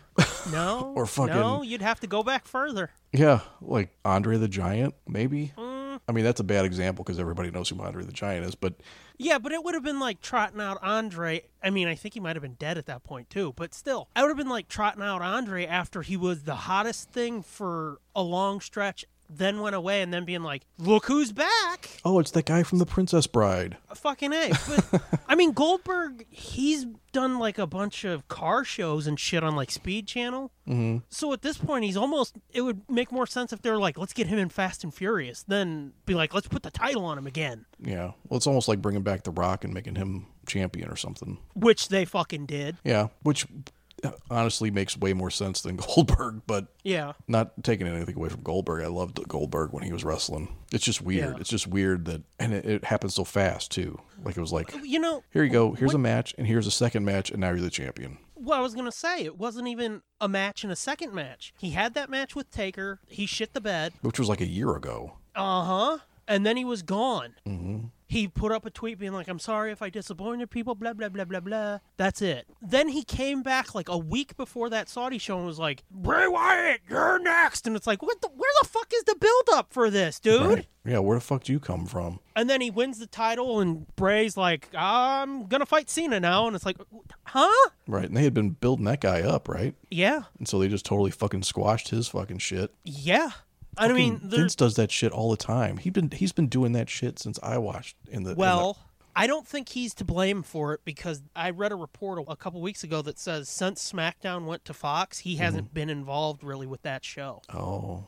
D: no,
C: or fucking-
D: no, you'd have to go back further.
C: yeah, like Andre the Giant, maybe. I mean, that's a bad example because everybody knows who Andre the Giant is, but
D: Yeah, but it would have been like trotting out Andre. I mean, I think he might have been dead at that point too, but still, I would have been like trotting out Andre after he was the hottest thing for a long stretch, then went away, and then being like, "Look who's back."
C: oh, it's that guy from The Princess Bride.
D: Fucking A. But I mean Goldberg, he's done like a bunch of car shows and shit on like Speed Channel. Mm-hmm. So at this point, he's almost. It would make more sense if they're like, let's get him in Fast and Furious, then be like, let's put the title on him again,
C: Yeah. Well, it's almost like bringing back The Rock and making him champion or something.
D: which they fucking did.
C: Yeah, which uh, honestly makes way more sense than Goldberg, but
D: Yeah.
C: not taking anything away from Goldberg. I loved Goldberg when he was wrestling. It's just weird.
D: Yeah.
C: It's just weird that, and it, it happened so fast too. Like it was like,
D: You know,
C: here you go, here's a match, and here's a second match, and now you're the champion.
D: Well, I was gonna say it wasn't even a match and a second match. He had that match with Taker. He shit the bed.
C: Which was like a year ago.
D: Uh huh. And then he was gone. Mm-hmm. He put up a tweet being like, "I'm sorry if I disappointed people." Blah blah blah blah blah. That's it. Then he came back like a week before that Saudi show and was like, "Bray Wyatt, you're next." And it's like, what? The, where the fuck is the build up for this, dude?
C: Right? Yeah, where the fuck do you come from?
D: And then he wins the title, and Bray's like, "I'm gonna fight Cena now," and it's like, "Huh?
C: Right. And they had been building that guy up, right?
D: Yeah,
C: And so they just totally fucking squashed his fucking shit.
D: yeah." I mean, there's.
C: Vince does that shit all the time. He been he's been doing that shit since I watched in the in the-
D: Well, I don't think he's to blame for it because I read a report a- a couple weeks ago that says since SmackDown went to Fox, he hasn't been involved really with that show.
C: Mm-hmm. oh,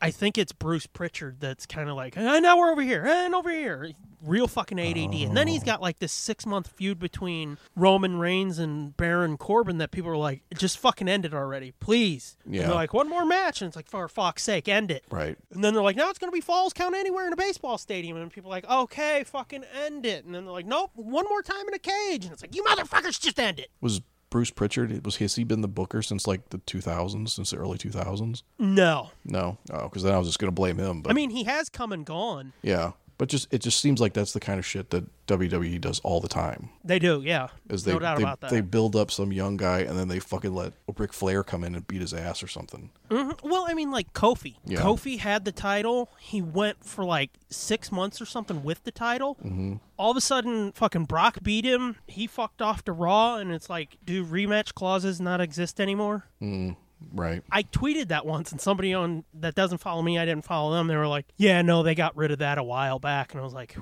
D: I think it's Bruce Pritchard that's kind of like, and now we're over here and over here, real fucking ADD. And then
C: Oh.
D: he's got like this six month feud between Roman Reigns and Baron Corbin that people are like, just fucking end it already, please. And
C: Yeah.
D: they're like, one more match, and it's like, for fuck's sake, end it.
C: right.
D: And then they're like, now it's going to be falls count anywhere in a baseball stadium. And people are like, okay, fucking end it. And then they're like, nope, one more time in a cage. And it's like, you motherfuckers, just end it.
C: was Bruce Pritchard was has he been the booker since like the 2000s since the early 2000s
D: No.
C: no oh because then I was just gonna blame him but
D: I mean, he has come and gone.
C: yeah but just it just seems like that's the kind of shit that WWE does all the time
D: They do, yeah.
C: is they
D: no doubt
C: they,
D: about that.
C: they build up some young guy and then they fucking let Ric Flair come in and beat his ass or something
D: Mhm. Well, I mean, like Kofi.
C: Yeah.
D: Kofi had the title. He went for like six months or something with the title. Mm-hmm. All of a sudden, fucking Brock beat him. He fucked off to Raw, and it's like, do rematch clauses not exist anymore?
C: right
D: I tweeted that once, and somebody on that doesn't follow me, I didn't follow them. They were like, "Yeah, no, they got rid of that a while back," and I was like,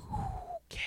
D: "Okay."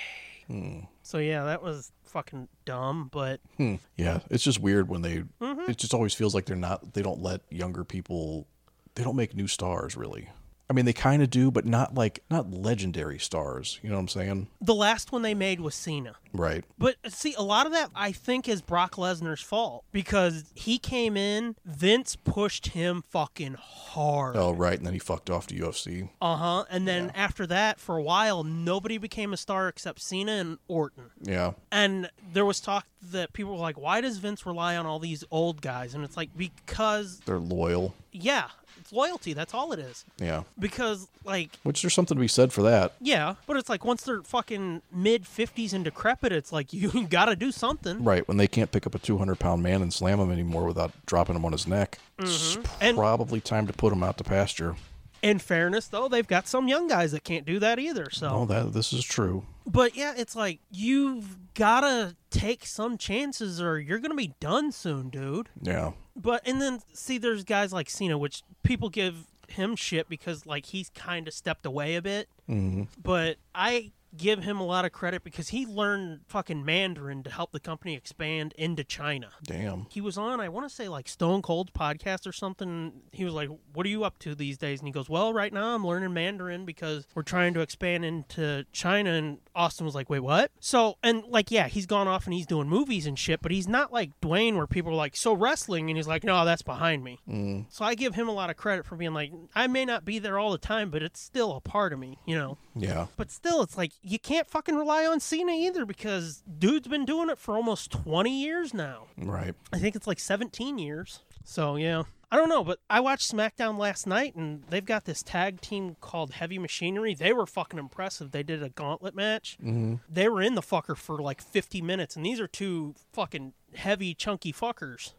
D: So yeah, that was fucking dumb, but
C: Hmm. yeah it's just weird when they
D: Mm-hmm.
C: it just always feels like they're not they don't let younger people they don't make new stars really I mean they kind of do but not like not legendary stars you know what I'm saying
D: the last one they made was Cena.
C: right
D: But see, a lot of that I think is Brock Lesnar's fault because he came in, Vince pushed him fucking hard.
C: Oh, right. And then he fucked off to UFC.
D: Uh huh. And then after that, for a while, nobody became a star except Cena and Orton.
C: Yeah.
D: And there was talk that people were like, why does Vince rely on all these old guys? And it's like, because,
C: They're loyal.
D: yeah, it's loyalty. That's all it is.
C: Yeah.
D: Because, like,
C: Which there's something to be said for that.
D: yeah, but it's like once they're fucking mid 50s and decrepit, it's like, you gotta do something.
C: Right. When they can't pick up a 200 pound man and slam him anymore without dropping him on his neck, it's
D: And-
C: probably time to put him out to pasture.
D: In fairness, though, they've got some young guys that can't do that either. So,
C: Oh, that this is true.
D: but yeah, it's like you've gotta take some chances, or you're gonna be done soon, dude.
C: Yeah.
D: But and then see, there's guys like Cena, which people give him shit because like he's kind of stepped away a bit.
C: Mhm.
D: But I give him a lot of credit because he learned fucking Mandarin to help the company expand into China.
C: Damn.
D: He was on, I want to say like Stone Cold's podcast or something. He was like, "What are you up to these days?" And he goes, "Well, right now I'm learning Mandarin because we're trying to expand into China." And Austin was like, "Wait, what?" So, and like, yeah, he's gone off and he's doing movies and shit, but he's not like Dwayne, where people are like, "So wrestling," and he's like, "No, that's behind me." Mm. So I give him a lot of credit for being like, "I may not be there all the time, but it's still a part of me," you know.
C: Yeah.
D: But still, it's like you can't fucking rely on Cena either because dude's been doing it for almost 20 years now.
C: Right.
D: I think it's like 17 years. So, yeah. I don't know, but I watched SmackDown last night and they've got this tag team called Heavy Machinery. They were fucking impressive. They did a gauntlet match. Mm-hmm. They were in the fucker for like 50 minutes, and these are two fucking heavy, chunky fuckers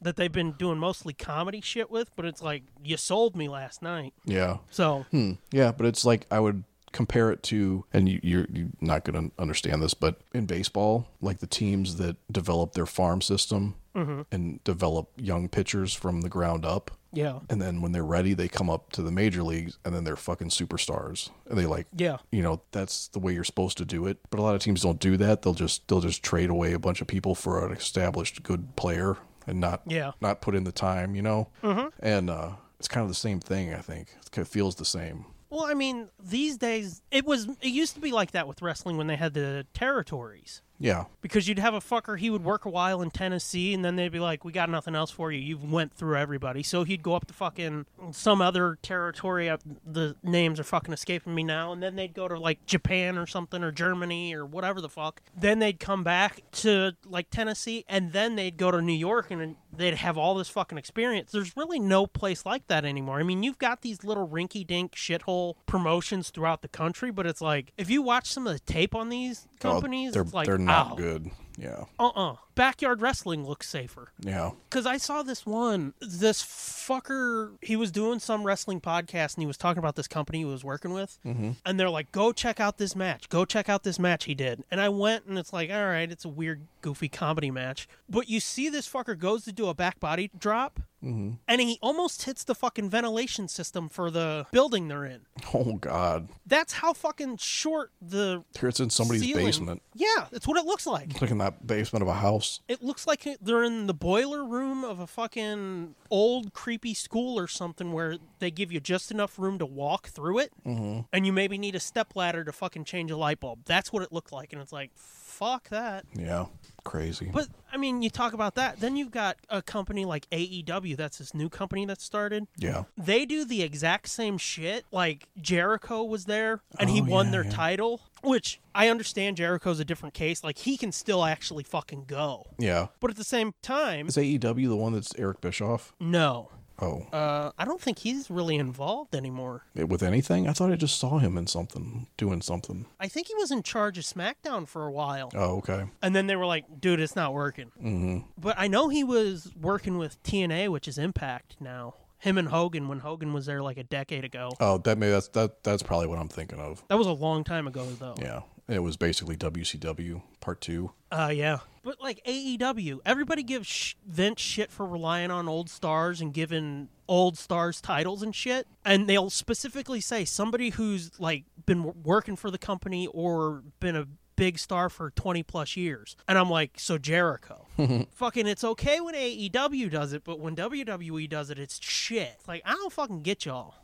D: that they've been doing mostly comedy shit with, but it's like, you sold me last night.
C: Yeah.
D: So,
C: Hmm. Yeah, but it's like I would compare it to, and you, you're, you're not going to understand this, but in baseball, like the teams that develop their farm system and develop young pitchers from the ground up.
D: yeah.
C: And then when they're ready, they come up to the major leagues and then they're fucking superstars. And they like,
D: Yeah.
C: you know, that's the way you're supposed to do it. But a lot of teams don't do that. They'll just they'll just trade away a bunch of people for an established good player and not
D: Yeah.
C: not put in the time, you know. Mm-hmm. And uh, it's kind of the same thing, I think. It kind of feels the same.
D: Well, I mean, these days, it was, it used to be like that with wrestling when they had the territories.
C: Yeah,
D: because you'd have a fucker he would work a while in Tennessee and then they'd be like we got nothing else for you you went through everybody so he'd go up to fucking some other territory uh, the names are fucking escaping me now and then they'd go to like Japan or something or Germany or whatever the fuck then they'd come back to like Tennessee and then they'd go to New York and then they'd have all this fucking experience there's really no place like that anymore I mean you've got these little rinky dink shithole promotions throughout the country but it's like if you watch some of the tape on these
C: Oh,
D: companies
C: they're
D: it's like
C: they're
D: oh,
C: not
D: "Ow."
C: good. Yeah,
D: uh-uh backyard wrestling looks safer
C: yeah.
D: because i saw this one this fucker he was doing some wrestling podcast and he was talking about this company he was working with
C: Mm-hmm.
D: and they're like go check out this match go check out this match he did and i went and it's like all right it's a weird goofy comedy match but you see this fucker goes to do a back body drop
C: Mm-hmm.
D: and he almost hits the fucking ventilation system for the building they're in
C: Oh God,
D: that's how fucking short the
C: here it's in somebody's
D: ceiling-
C: basement.
D: yeah that's what it looks like
C: It's like in that basement of a house.
D: it looks like they're in the boiler room of a fucking old creepy school or something where they give you just enough room to walk through it
C: Mm-hmm.
D: and you maybe need a step ladder to fucking change a light bulb. That's what it looked like and it's like fuck that.
C: Yeah, crazy.
D: But I mean, you talk about that, then you've got a company like AEW, that's this new company that started.
C: yeah,
D: They do the exact same shit. Like Jericho was there and he
C: Oh,
D: won
C: yeah,
D: their
C: yeah.
D: title, which I understand Jericho's a different case. Like he can still actually fucking go.
C: yeah.
D: But at the same time,
C: Is AEW the one that's Eric Bischoff?
D: no.
C: Oh,
D: Uh, I don't think he's really involved anymore.
C: with anything? I thought I just saw him in something, doing something.
D: I think he was in charge of SmackDown for a while.
C: Oh, okay.
D: And then they were like, dude, it's not working.
C: Mm-hmm.
D: But I know he was working with TNA, which is Impact now. Him and Hogan when Hogan was there like a decade ago.
C: Oh, that may that's that that's probably what I'm thinking of.
D: That was a long time ago, though.
C: Yeah, it was basically WCW Part Two.
D: Uh, yeah. But like AEW, everybody gives sh- Vince shit for relying on old stars and giving old stars titles and shit. And they'll specifically say somebody who's like been w- working for the company or been a big star for 20 plus years. And I'm like, so Jericho. fucking, it's okay when AEW does it, but when WWE does it, it's shit. Like, I don't fucking get y'all.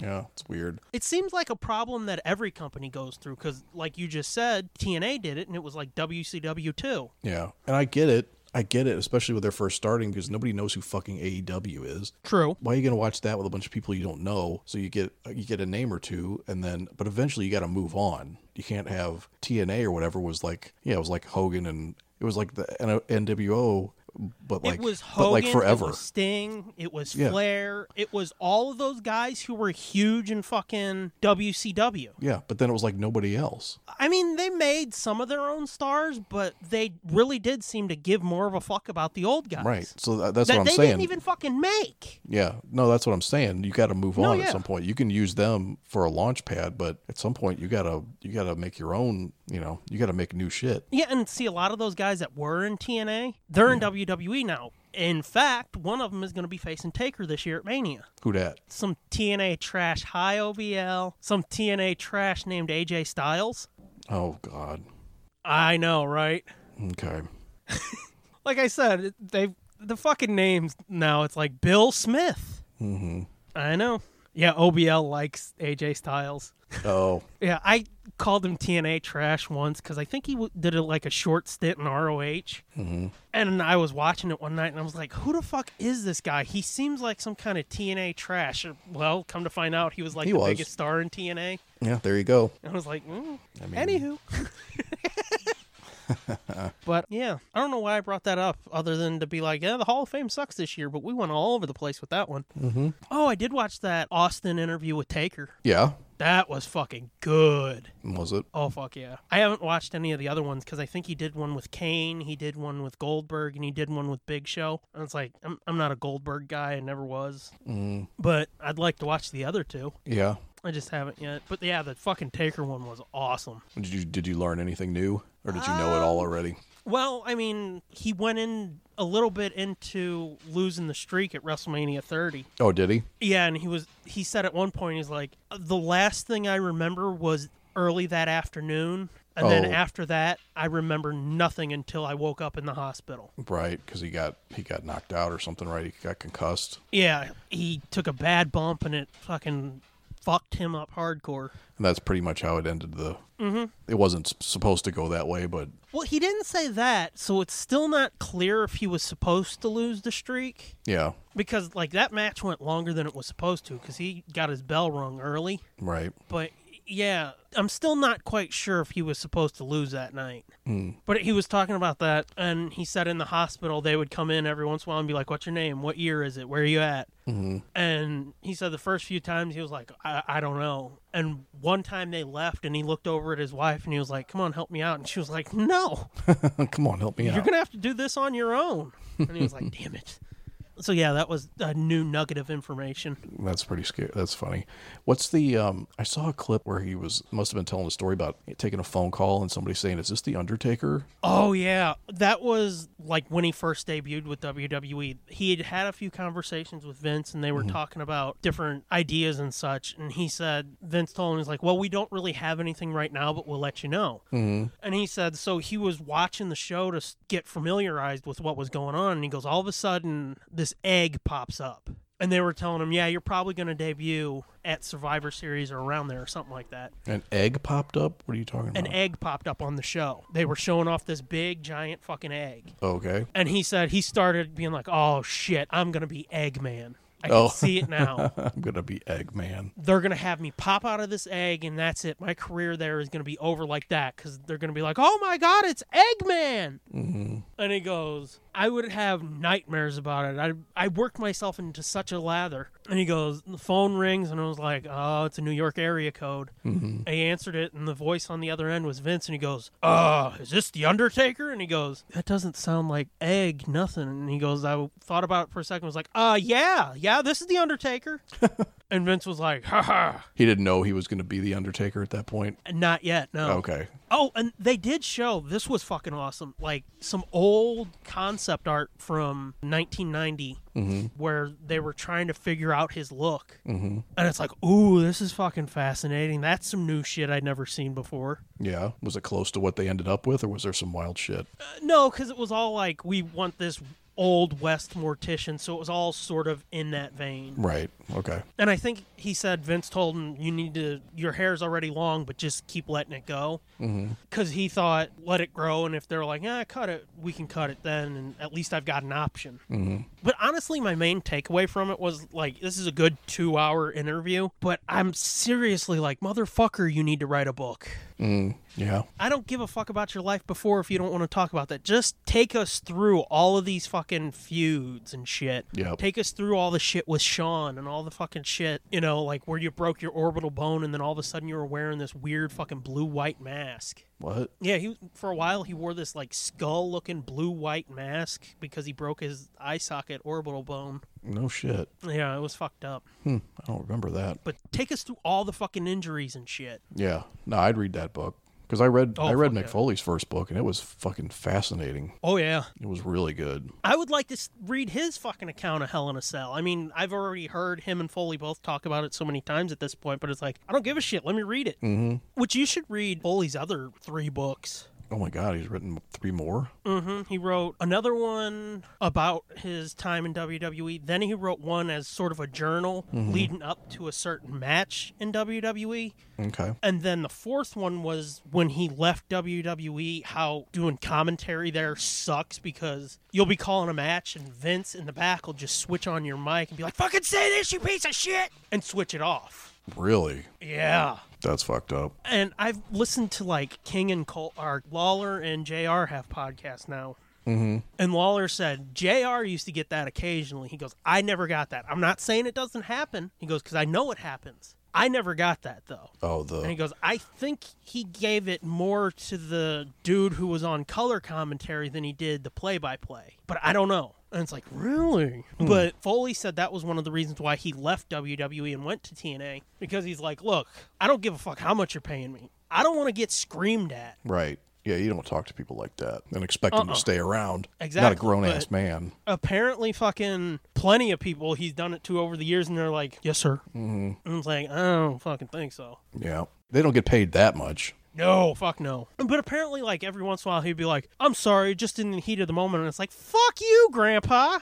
C: Yeah, it's weird.
D: It seems like a problem that every company goes through because, like you just said, TNA did it and it was like WCW too.
C: Yeah, and I get it. I get it, especially when they're first starting, because nobody knows who fucking AEW is.
D: True.
C: why are you going to watch that with a bunch of people you don't know so you get you get a name or two and then but eventually you got to move on you can't have tna or whatever was like yeah it was like hogan and it was like the N- nwo but like
D: it was
C: but
D: Hogan,
C: like forever.
D: It was Sting, it was
C: Yeah.
D: Flair, it was all of those guys who were huge in fucking WCW.
C: Yeah, but then it was like nobody else.
D: I mean, they made some of their own stars, but they really did seem to give more of a fuck about the old guys.
C: Right. So tha- that's
D: that
C: what I'm
D: they
C: saying.
D: didn't even fucking make.
C: Yeah, no, that's what I'm saying. You got to move
D: No,
C: on
D: yeah.
C: at some point. You can use them for a launch pad, but at some point you gotta you gotta make your own. You know, you gotta make new shit.
D: Yeah, and see, a lot of those guys that were in TNA, they're in WWE now. In fact, one of them is going to be facing Taker this year at Mania.
C: Who dat?
D: Some TNA trash high OBL, some TNA trash named AJ Styles.
C: Oh God.
D: I know, right?
C: Okay.
D: Like I said, they the fucking names now. It's like Bill Smith. Mm-hmm. I know. Yeah, OBL likes AJ Styles.
C: Oh,
D: Yeah, I called him TNA trash once because I think he w- did a, like a short stint in ROH. Mm-hmm. And I was watching it one night and I was like, who the fuck is this guy? He seems like some kind of TNA trash. Well, come to find out, he was like
C: He
D: the
C: was.
D: biggest star in TNA.
C: yeah. There you go.
D: And I was like, mm, anywho. but yeah, I don't know why I brought that up other than to be like, yeah, the Hall of Fame sucks this year, but we went all over the place with that one. Mm-hmm. Oh, I did watch that Austin interview with Taker.
C: Yeah.
D: That was fucking good.
C: Was it?
D: Oh fuck yeah! I haven't watched any of the other ones because I think he did one with Kane, he did one with Goldberg, and he did one with Big Show. And it's like I'm I'm not a Goldberg guy, I never was.
C: Mm,
D: But I'd like to watch the other two.
C: yeah.
D: I just haven't yet. But yeah, the fucking Taker one was awesome.
C: Did you did you learn anything new, or did you know it all
D: Um,
C: already?
D: Well, I mean, he went in a little bit into losing the streak at WrestleMania 30.
C: Oh, did he?
D: Yeah, and he was he said at one point he's like "Uh, the last thing I remember was early that afternoon and then
C: Oh.
D: after that I remember nothing until I woke up in the hospital.
C: Right, because he got he got knocked out or something. Right, he got concussed,
D: Yeah, he took a bad bump and it fucking fucked him up hardcore.
C: and that's pretty much how it ended. The
D: Mm-hmm.
C: it wasn't s- supposed to go that way, but
D: Well, he didn't say that, so it's still not clear if he was supposed to lose the streak
C: yeah.
D: because like that match went longer than it was supposed to cuz he got his bell rung early,
C: Right.
D: but yeah, I'm still not quite sure if he was supposed to lose that night. But he was talking about that, and he said in the hospital they would come in every once in a while and be like, "What's your name? What year is it? Where are you at?" Mm-hmm. And he said the first few times he was like, I-, "I don't know." And one time they left, and he looked over at his wife, and he was like, "Come on, help me out." And she was like, "No,
C: Come on, help me out.
D: you're gonna have to do this on your own." And he was like, "Damn it." So yeah, that was a new nugget of information.
C: That's pretty scary. That's funny. What's the? Um, I saw a clip where he was must have been telling a story about taking a phone call and somebody saying, "Is this the Undertaker?"
D: Oh yeah, that was like when he first debuted with WWE. He had had a few conversations with Vince, and they were talking about different ideas and such. And he said Vince told him he's like, "Well, we don't really have anything right now, but we'll let you know." Mm-hmm. And he said so he was watching the show to s- get familiarized with what was going on, and he goes, "All of a sudden, this egg pops up." And they were telling him, "Yeah, you're probably going to debut at Survivor Series or around there or something like that."
C: An egg popped up. What are you talking about?
D: an egg popped up on the show. They were showing off this big giant fucking egg.
C: Okay.
D: And he said he started being like, "Oh shit, I'm going to be Eggman. I can
C: Oh.
D: see it now.
C: I'm gonna be Eggman.
D: They're going to have me pop out of this egg and that's it. My career there is going to be over like that cuz they're going to be like, "Oh my god, it's Eggman." And he goes, "I would have nightmares about it. I I worked myself into such a lather." And he goes, "The phone rings and I was like, "Oh, it's a New York area code." I answered it, and the voice on the other end was Vince, and he goes, "Uh, is this the Undertaker?" And he goes, "That doesn't sound like egg, nothing." And he goes, "I thought about it for a second, was like, uh, yeah, yeah, this is the Undertaker." and Vince was like, "Ha ha,
C: He didn't know he was gonna be the Undertaker at that point.
D: not yet, no."
C: Okay.
D: Oh, and they did show this was fucking awesome. Like some old concept art from 1990 where they were trying to figure out his look. Mm-hmm. And it's like, ooh, this is fucking fascinating. That's some new shit I'd never seen before.
C: Yeah. Was it close to what they ended up with, or was there some wild shit?
D: Uh, no, because it was all like, we want this old West mortician. So it was all sort of in that vein.
C: Right. Okay.
D: And I think he said Vince told him, "You need to. Your hair's already long, but just keep letting it go." Because mm he thought, "Let it grow," and if they're like, "Yeah, cut it," we can cut it then, and at least I've got an option. Mm-hmm. But honestly, my main takeaway from it was like, this is a good two-hour interview, but I'm seriously like, motherfucker, you need to write a book.
C: Yeah.
D: I don't give a fuck about your life before if you don't want to talk about that. Just take us through all of these fucking feuds and shit.
C: Yep.
D: Take us through all the shit with Sean and all the fucking shit, you know, like where you broke your orbital bone and then all of a sudden you were wearing this weird fucking blue white mask.
C: What?
D: Yeah, he for a while he wore this like skull looking blue white mask because he broke his eye socket orbital bone.
C: No shit.
D: Yeah, it was fucked up.
C: Hmm. I don't remember that.
D: But take us through all the fucking injuries and shit.
C: Yeah. No, I'd read that book because I read
D: Oh,
C: I read
D: fuck
C: Mick
D: yeah.
C: Foley's first book and it was fucking fascinating.
D: Oh yeah.
C: It was really good.
D: I would like to s- read his fucking account of Hell in a Cell. I mean, I've already heard him and Foley both talk about it so many times at this point, but it's like, I don't give a shit. Let me read it. Mm-hmm. Which you should read Foley's other three books.
C: Oh my god, he's written three more.
D: hmm He wrote another one about his time in WWE. Then he wrote one as sort of a journal leading up to a certain match in E. WWE.
C: Okay.
D: And then the fourth one was when he left WWE, how doing commentary there sucks because you'll be calling a match and Vince in the back will just switch on your mic and be like, fucking say this, you piece of shit, and switch it off.
C: Really?
D: Yeah.
C: That's fucked up.
D: And I've listened to like King and Col- or Lawler and JR have podcasts now. Mm-hmm. And Lawler said, JR used to get that occasionally. He goes, I never got that. I'm not saying it doesn't happen. He goes, because I know it happens. I never got that though.
C: Oh
D: And he
C: the
D: goes, I think he gave it more to the dude who was on color commentary than he did the play by play. But I don't know. And it's like, really? But Foley said that was one of the reasons why he left WWE and went to TNA because he's like, look, I don't give a fuck how much you're paying me. I don't want to get screamed at.
C: Right. Yeah, you don't talk to people like that and expect them to stay around. Not a
D: Uh-uh. Exactly,
C: grown ass
D: but-
C: man.
D: Apparently, fucking plenty of people he's done it to over the years, and they're like, yes, sir. Mm-hmm. And it's like, I don't fucking think so.
C: Yeah. They don't get paid that much.
D: No, fuck no. But apparently, like every once in a while, he'd be like, "I'm sorry, just in the heat of the moment," and it's like, "Fuck you, Grandpa."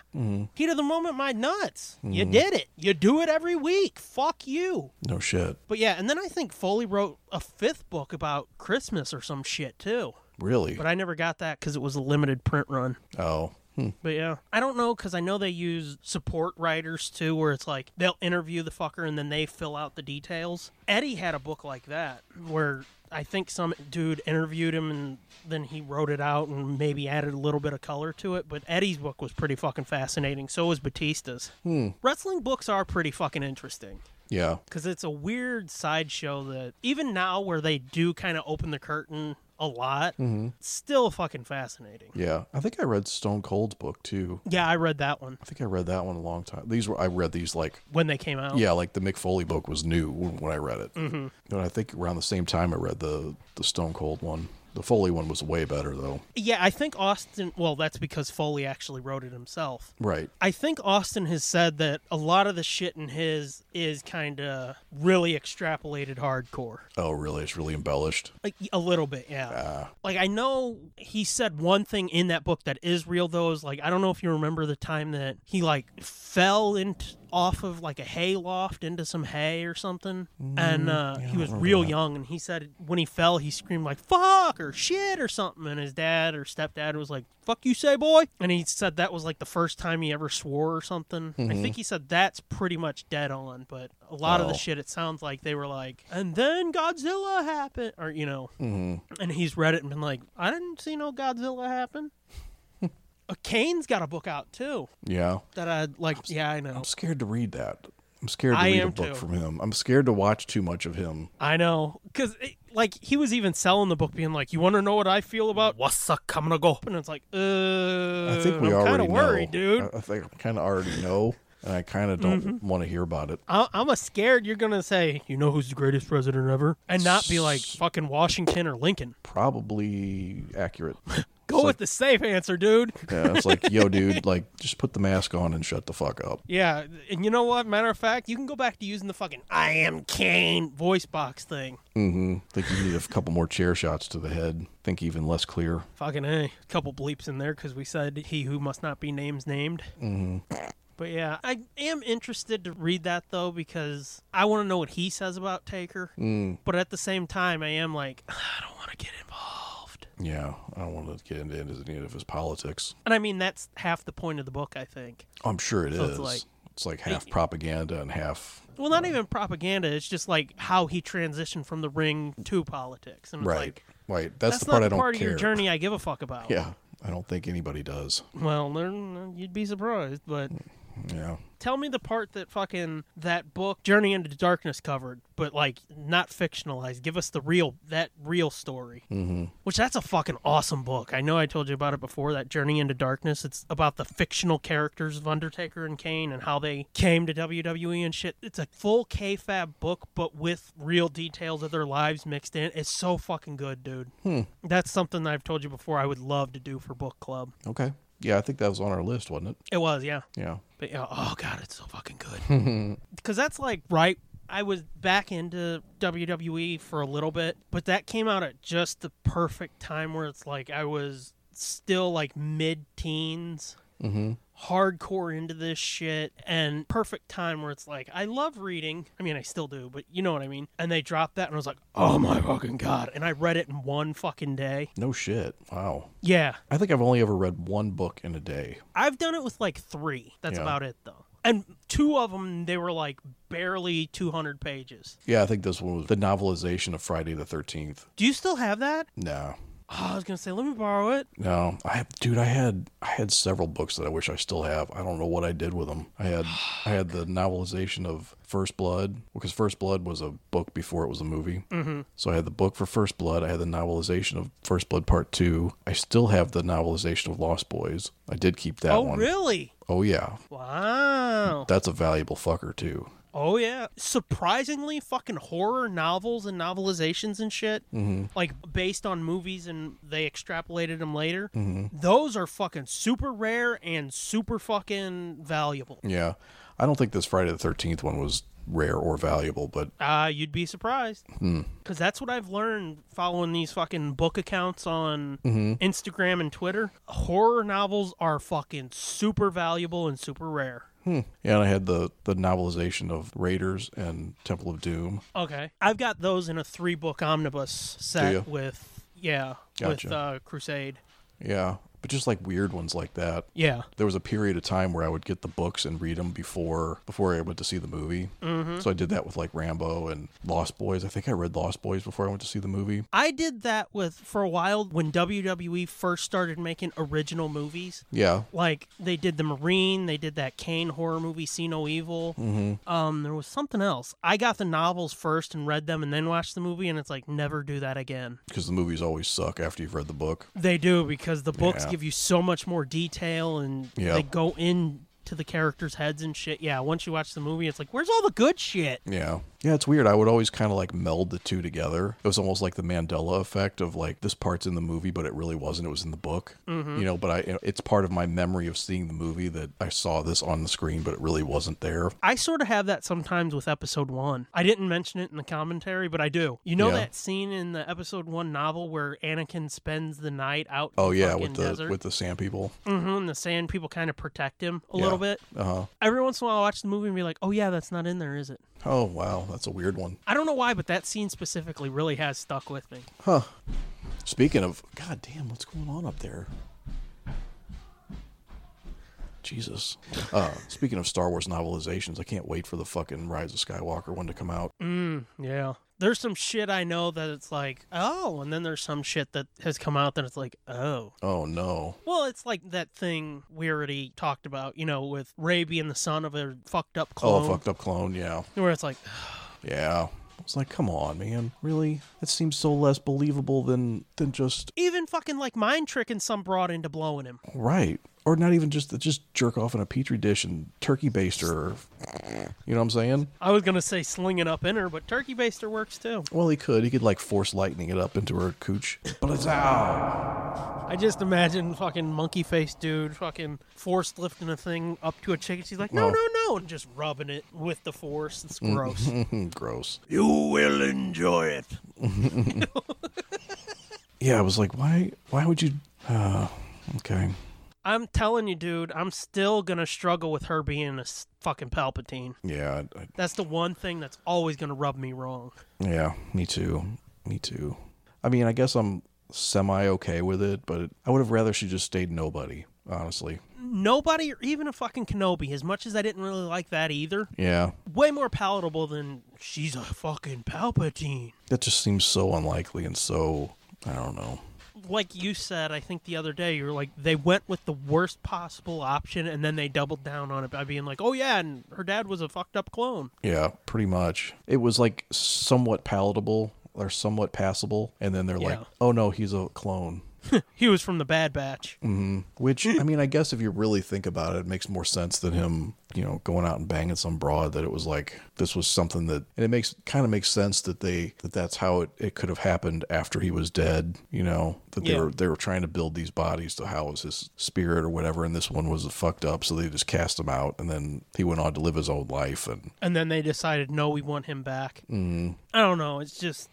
D: Heat of the moment, my nuts. You did it. You do it every week. Fuck you.
C: No shit.
D: But yeah, and then I think Foley wrote a fifth book about Christmas or some shit too.
C: Really?
D: But I never got that because it was a limited print run.
C: oh. Hmm.
D: But yeah, I don't know because I know they use support writers too, where it's like they'll interview the fucker and then they fill out the details. Eddie had a book like that where I think some dude interviewed him and then he wrote it out and maybe added a little bit of color to it. But Eddie's book was pretty fucking fascinating. So was Batista's.
C: Hmm.
D: Wrestling books are pretty fucking interesting
C: Yeah.
D: because it's a weird sideshow that even now where they do kind of open the curtain a lot, still fucking fascinating.
C: Mm-hmm. Yeah. I think I read Stone Cold's book too.
D: Yeah, I read that one
C: I think I read that one a long time. These were I read these like
D: when they came out.
C: yeah, like the Mick Foley book was new when I read it. Mm-hmm. And I think around the same time I read the the Stone Cold one. The Foley one was way better though.
D: Yeah, I think Austin. Well, that's because Foley actually wrote it himself.
C: Right.
D: I think Austin has said that a lot of the shit in his is kind of really extrapolated hardcore.
C: Oh, really? It's really embellished.
D: Like, a little bit, yeah. Like, I know he said one thing in that book that is real, though, is like, I don't know if you remember the time that he, like, fell into, off of, like, a hay loft into some hay or something. and uh, he was real young, and he said when he fell, he screamed, like, fuck or shit or something. And his dad or stepdad was like, fuck you say, boy. And he said that was, like, the first time he ever swore or something. I think he said that's pretty much dead on, but a lot of the
C: Oh.
D: shit it sounds like they were like and then godzilla happened or you know and he's read it and been like i didn't see no godzilla happen Uh, kane's got a book out too
C: Yeah.
D: that i like yeah i know
C: I'm scared to read that. I'm scared to
D: I
C: read a
D: am
C: book
D: too.
C: from him. I'm scared to watch too much of him.
D: i know because like he was even selling the book being like you want to know what i feel about what's up coming to go and it's like uh
C: I think we
D: i'm
C: already
D: of worried
C: know. Uh,
D: dude Mm-hmm.
C: I, I think I kind of already know, and I kind of don't want to hear about it.
D: I- I'm a scared you're gonna say you know who's the greatest president ever and not be like fucking Washington or Lincoln.
C: Probably accurate.
D: Go with the safe answer, dude.
C: Yeah, it's like, yo, dude, like just put the mask on and shut the fuck up.
D: Yeah, and you know what? Matter of fact, you can go back to using the fucking "I am Kane" voice box thing.
C: Mm-hmm. Think you need a couple more chair shots to the head. Think even less clear.
D: Fucking a couple bleeps in there because we said "He who must not be names named." Mm-hmm. But yeah, I am interested to read that though because I want to know what he says about Taker. Mm. But at the same time, I am like, I don't want to get involved.
C: Yeah, I don't want to get into into any of his politics.
D: And I mean, that's half the point of the book, I think.
C: I'm sure it is.
D: So it's
C: it's
D: like-
C: Like, half propaganda and half.
D: Well, not even propaganda. It's just like how he transitioned from the ring to politics, and it's
C: Right.
D: like
C: Right. That's,
D: That's
C: the part
D: not
C: I
D: the
C: don't
D: part of
C: care.
D: your journey I give a fuck about.
C: Yeah. I don't think anybody does.
D: Well, there- you'd be surprised, but
C: Yeah.
D: tell me the part that fucking that book Journey into Darkness covered, but like not fictionalized. Give us the real that real story. Mm-hmm. Which that's a fucking awesome book. I know I told you about it before. That Journey into Darkness. It's about the fictional characters of Undertaker and Kane and how they came to WWE and shit. It's a full KFAB book, but with real details of their lives mixed in. It's so fucking good, dude. That's something that I've told you before. I would love to do for book club.
C: Okay. Yeah, I think that was on our list, wasn't it?
D: It was, yeah.
C: Yeah.
D: But yeah, oh god, it's so fucking good. Because that's like right. I was back into WWE for a little bit, but that came out at just the perfect time where it's like I was still like mid-teens, mm-hmm. hardcore into this shit, and perfect time where it's like I love reading. I mean, I still do, but you know what I mean. And they dropped that, and I was like, oh my fucking god! And I read it in one fucking day.
C: No shit. Wow.
D: Yeah,
C: I think I've only ever read one book in a day.
D: I've done it with like three. That's
C: Yeah.
D: about it, though. And two of them, they were like barely 200 pages.
C: Yeah, I think this one was the novelization of Friday the 13th.
D: Do you still have that?
C: No.
D: Oh, I was going to say, let me borrow it.
C: No, I have, dude. I had I had several books that I wish I still have. I don't know what I did with them. I had I had the novelization of First Blood because First Blood was a book before it was a movie. Mm-hmm. So I had the book for First Blood. I had the novelization of First Blood Part Two. I still have the novelization of Lost Boys. I did keep that
D: Oh,
C: one.
D: really?
C: Oh yeah,
D: Wow.
C: that's a valuable fucker too.
D: Oh, yeah. Surprisingly, fucking horror novels and novelizations and shit,
C: Mm-hmm.
D: like based on movies and they extrapolated them later,
C: Mm-hmm.
D: those are fucking super rare and super fucking valuable.
C: Yeah, I don't think this Friday the Thirteenth one was rare or valuable, but
D: Uh, you'd be surprised. Because that's what I've learned following these fucking book accounts on Instagram and Twitter. Horror novels are fucking super valuable and super rare.
C: yeah, and I had the the novelization of Raiders and Temple of Doom.
D: Okay. I've got those in a three book omnibus
C: ya?
D: set with, yeah, with
C: Gotcha.
D: uh, Crusade.
C: Yeah, but just like weird ones like that.
D: Yeah.
C: There was a period of time where I would get the books and read them before before I went to see the movie. Mm-hmm. So I did that with like Rambo and Lost Boys. I think I read Lost Boys before I went to see the movie.
D: I did that with, for a while, when WWE first started making original movies.
C: Yeah,
D: like they did the Marine, they did that Kane horror movie, See No Evil.
C: Mm-hmm.
D: Um, there was something else. I got the novels first and read them, and then watched the movie, and it's like never do that again.
C: because the movies always suck after you've read the book.
D: They do because the books
C: Yeah.
D: give you so much more detail, and
C: Yeah.
D: they go into the characters' heads and shit. Yeah, once you watch the movie, it's like, where's all the good shit?
C: Yeah. Yeah, it's weird. I would always kind of like meld the two together. It was almost like the Mandela effect of like this part's in the movie, but it really wasn't. It was in the book.
D: Mm-hmm.
C: You know, but I it's part of my memory of seeing the movie that I saw this on the screen, but it really wasn't there.
D: I sort of have that sometimes with episode one. I didn't mention it in the commentary, but I do. You know
C: Yeah.
D: that scene in the episode one novel where Anakin spends the night out? in
C: Oh
D: the
C: yeah,
D: fucking
C: with the
D: desert?
C: with the sand people.
D: hmm the sand people kind of protect him a
C: Yeah.
D: little bit.
C: Uh-huh.
D: Every once in a while, I watch the movie and be like, "Oh yeah, that's not in there, is it?"
C: Oh wow, that's a weird one.
D: I don't know why, but that scene specifically really has stuck with me.
C: Speaking of, god damn, what's going on up there? Jesus. Uh, speaking of Star Wars novelizations, I can't wait for the fucking Rise of Skywalker one to come out.
D: Yeah, there's some shit I know that it's like, oh, and then there's some shit that has come out that it's like, oh.
C: Oh no.
D: Well, it's like that thing we already talked about, you know, with Ray being the son of a fucked up clone,
C: Oh, fucked up clone. Yeah.
D: where it's like,
C: Yeah. It's like, come on, man. Really? That seems so less believable than than just
D: even fucking like mind tricking some broad into blowing him.
C: right. Or not even just just jerk off in a petri dish and turkey baster. Or, you know what I'm saying?
D: I was gonna say slinging up in her, but turkey baster works too.
C: Well, he could. He could like force lightning it up into her cooch. But it's out.
D: I just imagine fucking monkey faced dude fucking force lifting a thing up to a chicken. She's like, no,
C: Well-
D: no, no, and just rubbing it with the force. It's gross.
C: Mm-hmm, Gross.
B: You will enjoy it.
C: Yeah, I was like, why? Why would you? Uh, okay.
D: I'm telling you, dude, I'm still gonna struggle with her being a s- fucking Palpatine.
C: Yeah. I, I,
D: That's the one thing that's always gonna rub me wrong.
C: yeah. Me too. Me too. I mean, I guess I'm semi okay with it, but I would have rather she just stayed nobody. Honestly.
D: Nobody, or even a fucking Kenobi, as much as I didn't really like that either,
C: Yeah.
D: way more palatable than she's a fucking Palpatine.
C: That just seems so unlikely and so I don't know.
D: like you said, I think the other day, you were like, they went with the worst possible option and then they doubled down on it by being like, oh, yeah, and her dad was a fucked up clone.
C: Yeah, pretty much. It was like somewhat palatable or somewhat passable, and then they're like,
D: Yeah.
C: "Oh no, he's a clone."
D: He was from the Bad Batch.
C: Which I mean, I guess if you really think about it, it makes more sense than him, you know, going out and banging some broad. That it was like this was something that, and it makes kind of makes sense that they that that's how it, it could have happened after he was dead. You know, that they
D: Yeah.
C: were they were trying to build these bodies to house his spirit or whatever, and this one was fucked up, so they just cast him out, and then he went on to live his own life. And
D: And then they decided, no, we want him back. Mm.
C: Mm-hmm.
D: I don't know. It's just,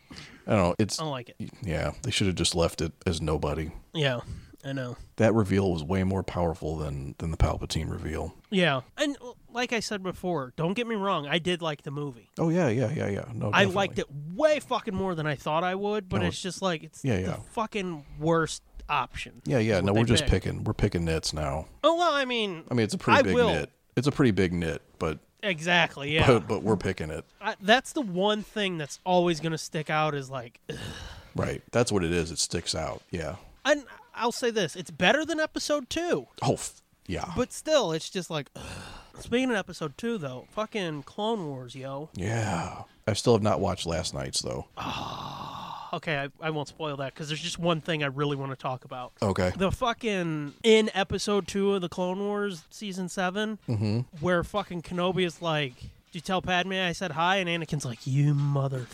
C: I don't know, it's
D: I don't like it.
C: yeah, they should have just left it as nobody.
D: Yeah, I know.
C: That reveal was way more powerful than than the Palpatine reveal.
D: Yeah. And like I said before, don't get me wrong, I did like the movie.
C: Oh yeah, yeah, yeah, yeah. No,
D: I
C: definitely.
D: liked it way fucking more than I thought I would, but
C: No,
D: it's just like, it's
C: yeah,
D: the
C: yeah.
D: fucking worst option.
C: Yeah, yeah. No,
D: they
C: we're just
D: picked.
C: picking. We're picking nits now.
D: Oh, well, I mean,
C: I mean, it's a pretty
D: I
C: big
D: will.
C: nit. It's a pretty big nit, but
D: exactly. Yeah.
C: but, but we're picking it.
D: I, that's the one thing that's always going to stick out is like, ugh.
C: Right. That's what it is. It sticks out. Yeah.
D: and I'll say this: it's better than episode two,
C: Oh, f- yeah.
D: but still, it's just like. Ugh. Speaking of episode two, though, fucking Clone Wars, yo.
C: yeah. I still have not watched last night's though.
D: Okay, I, I won't spoil that because there's just one thing I really want to talk about.
C: Okay.
D: The fucking in episode two of the Clone Wars season 7 where fucking Kenobi is like, "Did you tell Padme I said hi?" and Anakin's like, "You mother."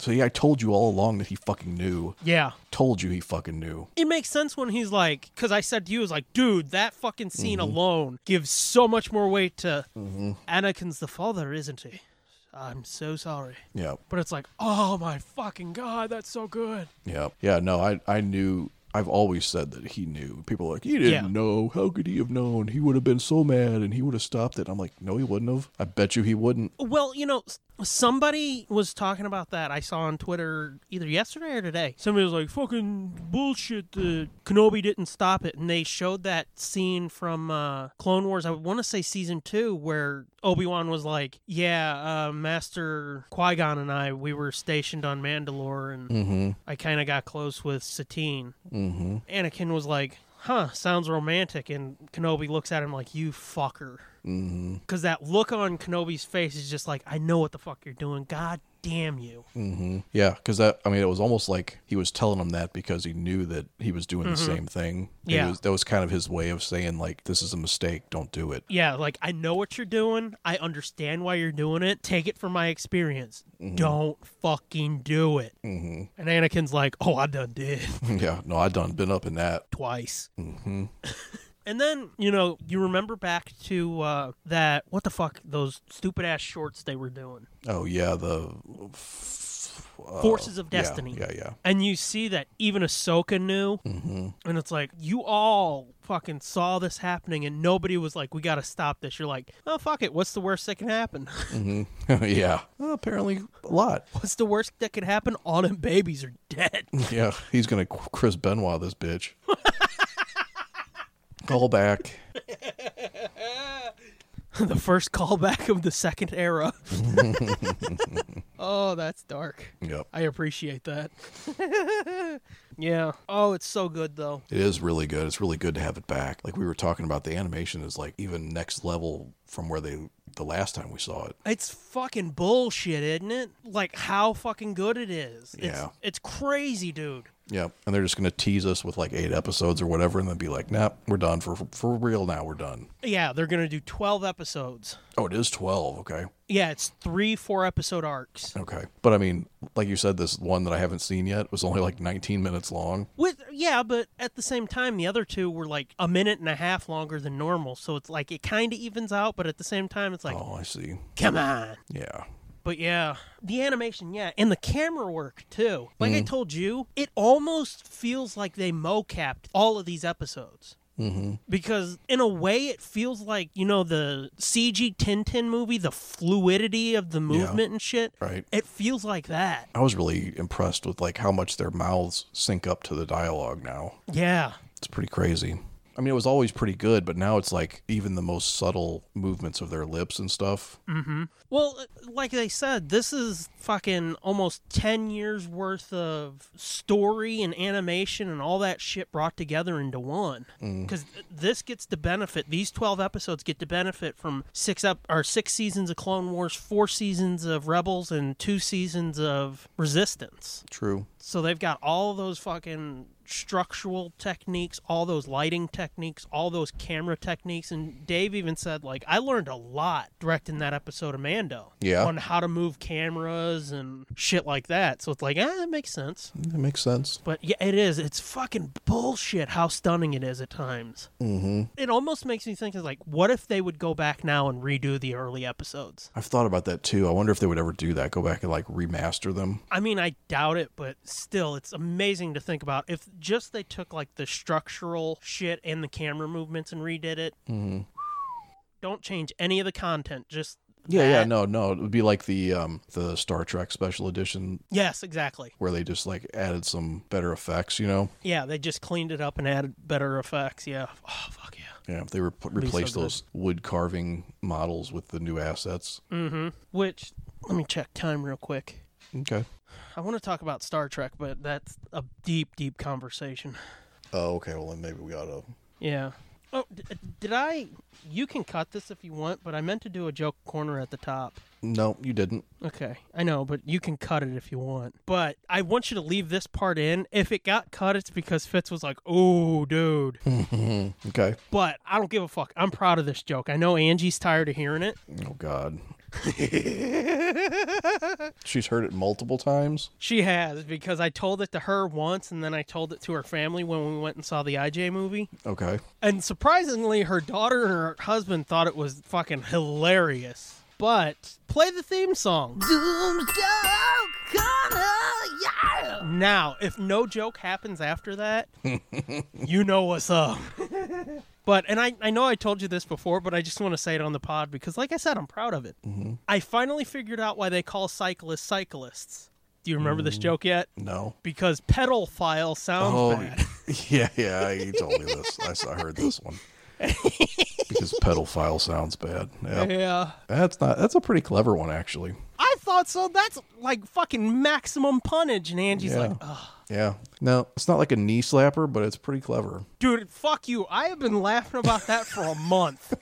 C: So yeah, I told you all along that he fucking knew.
D: Yeah,
C: Told you he fucking knew.
D: it makes sense when he's like, because I said to you, is like, dude, that fucking scene alone gives so much more weight to Anakin's the father, isn't he? I'm so sorry.
C: Yeah.
D: But it's like, oh my fucking god, that's so good.
C: Yeah. Yeah. No, I I knew. I've always said that he knew. People are like, he didn't
D: Yeah.
C: know. How could he have known? He would have been so mad and he would have stopped it. I'm like, no, he wouldn't have. I bet you he wouldn't.
D: Well, you know, s- somebody was talking about that. I saw on Twitter either yesterday or today. Somebody was like, fucking bullshit. The Kenobi didn't stop it. And they showed that scene from uh, Clone Wars, I want to say season two, where Obi Wan was like, yeah, uh, Master Qui Gon and I, we were stationed on Mandalore and I kind of got close with Satine. Mm-hmm. Anakin was like, huh, sounds romantic. And Kenobi looks at him like, you fucker. Because that look on Kenobi's face is just like, I know what the fuck you're doing. God damn you. Mm-hmm.
C: Yeah, because that I mean, it was almost like he was telling him that because he knew that he was doing the same thing. And it
D: Mm-hmm. Yeah.
C: was- that was kind of his way of saying like, this is a mistake. Don't do it.
D: Yeah, like, I know what you're doing. I understand why you're doing it. Take it from my experience. Don't fucking do it. Mm-hmm. And Anakin's like, oh, I done did
C: yeah, no, I done been up in that.
D: twice. Mm-hmm. and then, you know, you remember back to uh, that, what the fuck, those stupid ass shorts they were doing.
C: Oh yeah, the f- uh,
D: Forces of
C: yeah,
D: Destiny.
C: Yeah, yeah,
D: And you see that even Ahsoka knew. Mm-hmm. And it's like, you all fucking saw this happening and nobody was like, we got to stop this. You're like, oh, fuck it. What's the worst that can happen?
C: yeah. Well, apparently, a lot.
D: What's the worst that can happen? All them babies are dead.
C: Yeah, he's gonna qu- Chris Benoit this bitch. Call back.
D: the first callback of the second era. oh, that's dark.
C: Yep,
D: I appreciate that. yeah. Oh, it's so good, though.
C: it is really good. It's really good to have it back. Like we were talking about, the animation is like even next level from where they the last time we saw it.
D: It's fucking bullshit, isn't it? Like how fucking good it is.
C: Yeah.
D: It's, it's crazy, dude.
C: Yeah, and they're just going to tease us with like eight episodes or whatever, and then be like, "Nah, we're done for for real now. We're done."
D: Yeah, they're gonna do twelve episodes.
C: Oh, it is twelve. Okay,
D: Yeah, it's three four episode arcs.
C: okay, but I mean, like you said, this one that I haven't seen yet was only like nineteen minutes long.
D: With yeah, but at the same time, the other two were like a minute and a half longer than normal. So it's like it kind of evens out, but at the same time, it's like
C: Oh, I see.
D: come on.
C: Yeah,
D: But yeah, the animation, yeah, and the camera work too. Like I told you, it almost feels like they mocapped all of these episodes. Mm-hmm. Because in a way, it feels like you know the CG Tintin movie, the fluidity of the movement and shit.
C: Right.
D: It feels like that.
C: I was really impressed with like how much their mouths sync up to the dialogue now.
D: Yeah.
C: It's pretty crazy. I mean, it was always pretty good, but now it's like even the most subtle movements of their lips and stuff.
D: Well, uh, like they said, this is fucking almost 10 years worth of story and animation and all that shit brought together into one. Because this gets to benefit, these 12 episodes get to benefit from six up or six seasons of Clone Wars, four seasons of Rebels, and two seasons of Resistance.
C: True.
D: So they've got all those fucking structural techniques, all those lighting techniques, all those camera techniques. And Dave even said, like, I learned a lot directing that episode of Mando.
C: Yeah.
D: On how to move cameras and shit like that. So it's like, eh, it makes sense.
C: That makes sense.
D: But yeah, it is. It's fucking bullshit how stunning it is at times. Mm-hmm. It almost makes me think, it's like, what if they would go back now and redo the early episodes?
C: I've thought about that too. I wonder if they would ever do that. Go back and like remaster them.
D: I mean, I doubt it, but still, it's amazing to think about. If just they took like the structural shit and the camera movements and redid it,
C: Mm-hmm.
D: don't change any of the content. Just
C: Yeah, yeah,
D: that.
C: no, no. It would be like the um the Star Trek special edition
D: Yes, exactly.
C: where they just like added some better effects, you know?
D: Yeah, they just cleaned it up and added better effects. Yeah. Oh fuck yeah.
C: Yeah, if they re- replaced those wood carving models with the new assets.
D: Mm-hmm. Which let me check time real quick.
C: Okay.
D: I want to talk about Star Trek, but that's a deep, deep conversation.
C: Oh, okay. Well, then maybe we ought to.
D: Yeah. Oh, d- did I? You can cut this if you want, but I meant to do a joke corner at the top.
C: No, you didn't.
D: Okay, I know, but you can cut it if you want. But I want you to leave this part in. If it got cut, it's because Fitz was like, "Oh, dude."
C: Okay.
D: but I don't give a fuck. I'm proud of this joke. I know Angie's tired of hearing it.
C: Oh God. She's heard it multiple times.
D: She has because I told it to her once, and then I told it to her family when we went and saw the IJ movie.
C: Okay.
D: And surprisingly, her daughter and her husband thought it was fucking hilarious. But play the theme song.
B: Ah,
D: Now, if no joke happens after that, you know what's up. But, and I, I know I told you this before, but I just want to say it on the pod because, like I said, I'm proud of it.
C: Mm-hmm.
D: I finally figured out why they call cyclists cyclists. Do you remember this joke yet?
C: No.
D: Because pedal file sounds
C: Oh,
D: bad.
C: yeah, yeah. You told me this. I, s- I heard this one. because pedophile sounds bad. Yeah.
D: Yeah.
C: That's not. That's a pretty clever one, actually.
D: I thought so. That's like fucking maximum punnage. And Angie's
C: Yeah.
D: like, Ugh.
C: Yeah. No, it's not like a knee slapper, but it's pretty clever.
D: dude, fuck you. I have been laughing about that for a month.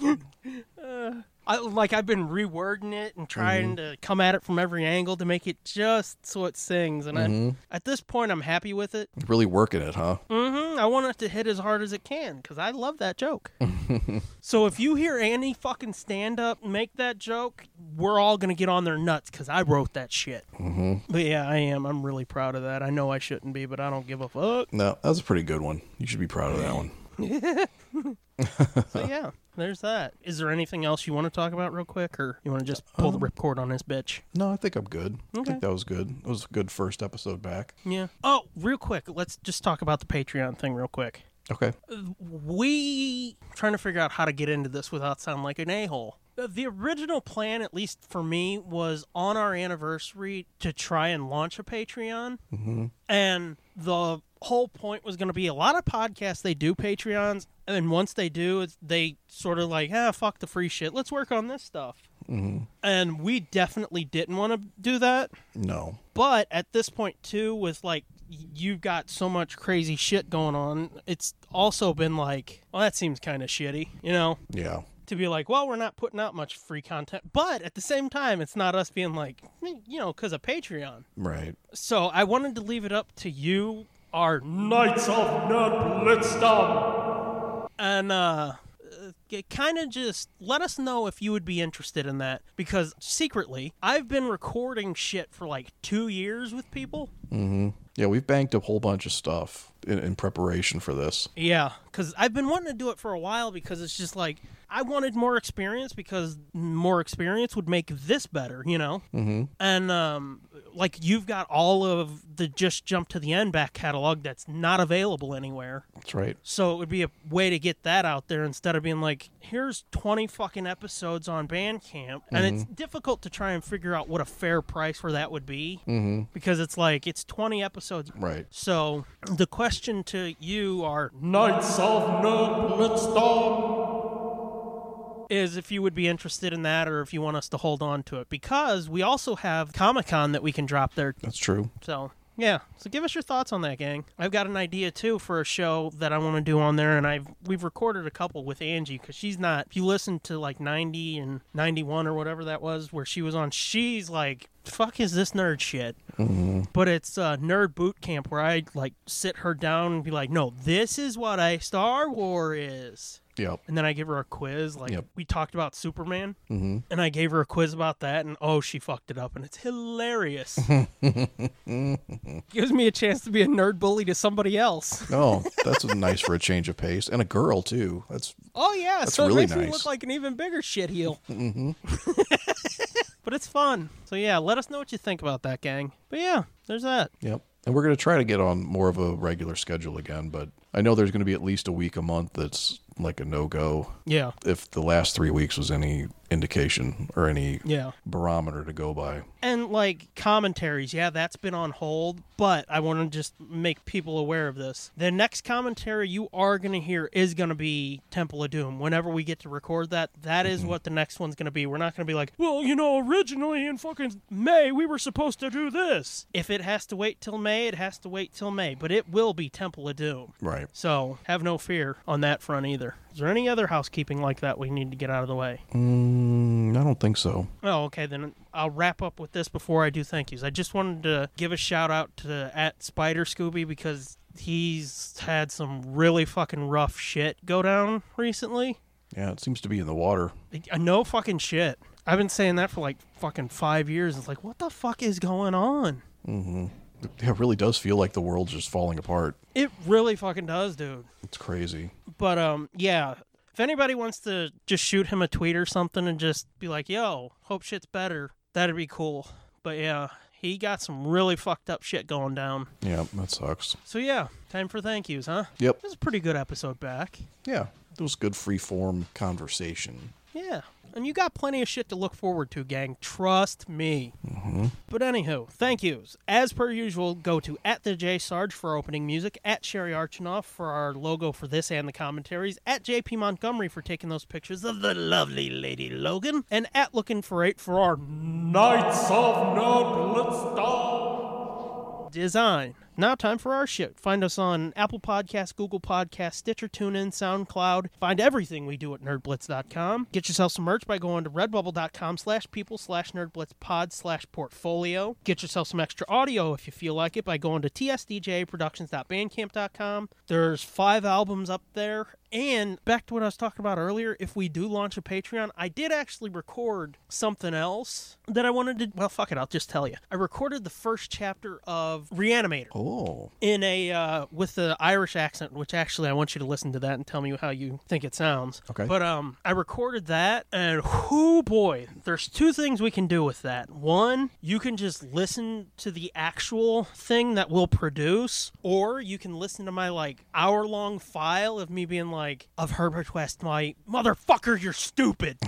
D: Uh, I, like, I've been rewording it and trying to come at it from every angle to make it just so it sings. And I'm, at this point, I'm happy with it.
C: Really working it, huh?
D: Mm, I want it to hit as hard as it can because I love that joke. so if you hear Annie fucking stand up and make that joke, we're all gonna get on their nuts because I wrote that shit. Mm-hmm. But yeah, I am. I'm really proud of that. I know I shouldn't be, but I don't give a fuck.
C: No, that's a pretty good one. You should be proud of that one.
D: So yeah, there's that. Is there anything else you want to talk about real quick, or you want to just pull the ripcord on this bitch?
C: No, I think I'm good. I
D: Okay.
C: think that was good. It was a good first episode back.
D: Yeah. Oh, real quick, let's just talk about the Patreon thing real quick.
C: Okay.
D: we trying to figure out how to get into this without sounding like an a-hole the, the original plan at least for me was on our anniversary to try and launch a patreon and the whole point was going to be a lot of podcasts they do patreons and then once they do it's, they sort of like ah fuck the free shit let's work on this stuff and we definitely didn't want to do that
C: No.
D: but at this point too with like y- you've got so much crazy shit going on it's also been like well that seems kind of shitty you know
C: Yeah.
D: to be like well we're not putting out much free content but at the same time it's not us being like "Mm, you know because of patreon
C: Right.
D: so i wanted to leave it up to you our knights of nerdblitzdom and uh kind of just let us know if you would be interested in that because secretly i've been recording shit for like two years with people
C: Yeah, we've banked a whole bunch of stuff in, in preparation for this.
D: Yeah, because I've been wanting to do it for a while because it's just like I wanted more experience because more experience would make this better, you know? Mm-hmm. And, um, like, you've got all of the Just Jump to the End back catalog that's not available anywhere.
C: That's right.
D: So it would be a way to get that out there instead of being like, here's 20 fucking episodes on Bandcamp. And it's difficult to try and figure out what a fair price for that would be because it's like, it's 20 episodes.
C: Right.
D: So the question to you are Knights of No Bloodstorm is if you would be interested in that or if you want us to hold on to it because we also have Comic Con that we can drop there.
C: That's true.
D: So yeah, so give us your thoughts on that, gang. I've got an idea too for a show that I want to do on there, and I've we've recorded a couple with Angie because she's not. If you listen to like ninety and ninety one or whatever that was, where she was on, she's like, "Fuck is this nerd shit?" But it's uh, nerd boot camp where I like sit her down and be like, "No, this is what a Star War is."
C: Yep.
D: and then I gave her a quiz. Like
C: Yep. Mm-hmm.
D: we talked about Superman, and I gave her a quiz about that, and oh, she fucked it up, and it's hilarious. Gives me a chance to be a nerd bully to somebody else.
C: Oh, that's nice for a change of pace and a girl too. That's
D: Oh yeah, so
C: really
D: it makes me
C: nice. Mm-hmm.
D: look like an even bigger shit heel. but it's fun. So yeah, let us know what you think about that, gang. But yeah, there's that.
C: Yep. And we're going to try to get on more of a regular schedule again, but I know there's going to be at least a week a month that's like a no go.
D: Yeah,
C: If the last three weeks was any indication or any
D: yeah.
C: barometer to go by.
D: And like commentaries, yeah, that's been on hold, but I want to just make people aware of this. The next commentary you are going to hear is going to be Temple of Doom. Whenever we get to record that, that is what the next one's going to be. We're not going to be like, well, you know, originally in fucking May, we were supposed to do this. If it has to wait till May, it has to wait till May, but it will be Temple of Doom.
C: Right.
D: So have no fear on that front either. Is there any other housekeeping like that we need to get out of the way?
C: Mm, I don't think so.
D: Oh, okay. Then I'll wrap up with this before I do thank yous. I just wanted to give a shout out to at Spider Scooby because he's had some really fucking rough shit go down recently.
C: Yeah, it seems to be in the water.
D: Like, uh, No fucking shit. I've been saying that for like fucking five years. It's like, what the fuck is going on?
C: Yeah, It really does feel like the world's just falling apart.
D: It really fucking does, dude.
C: It's crazy.
D: But um, yeah. If anybody wants to just shoot him a tweet or something and just be like, "Yo, hope shit's better," that'd be cool. But yeah, he got some really fucked up shit going down.
C: Yeah, that sucks.
D: So yeah, time for thank yous, huh?
C: Yep.
D: This is a pretty good episode back.
C: Yeah. It was good free form conversation.
D: Yeah. And you got plenty of shit to look forward to, gang. Trust me. But anywho, thank yous. As per usual, go to at the J Sarge for opening music, at Sherry Archinoff for our logo for this and the commentaries, at JP Montgomery for taking those pictures of the lovely Lady Logan, and at Looking for Eight for our Knights of Noblestar design. Now time for our shit. Find us on Apple Podcasts, Google Podcasts, Stitcher, TuneIn, SoundCloud. Find everything we do at nerdblitz.com. Get yourself some merch by going to redbubble.com slash people slash nerdblitzpod slash portfolio. Get yourself some extra audio if you feel like it by going to tsdjproductions.bandcamp.com. There's five albums up there. And back to what I was talking about earlier, if we do launch a Patreon, I did actually record something else that I wanted to. Well, fuck it, I'll just tell you. I recorded the first chapter of Reanimator
C: Oh,
D: in a uh, with the Irish accent, which actually I want you to listen to that and tell me how you think it sounds.
C: Okay.
D: But um, I recorded that, and whoo boy, there's two things we can do with that. One, you can just listen to the actual thing that we'll produce, or you can listen to my like hour long file of me being like of Herbert West, my motherfucker, you're stupid.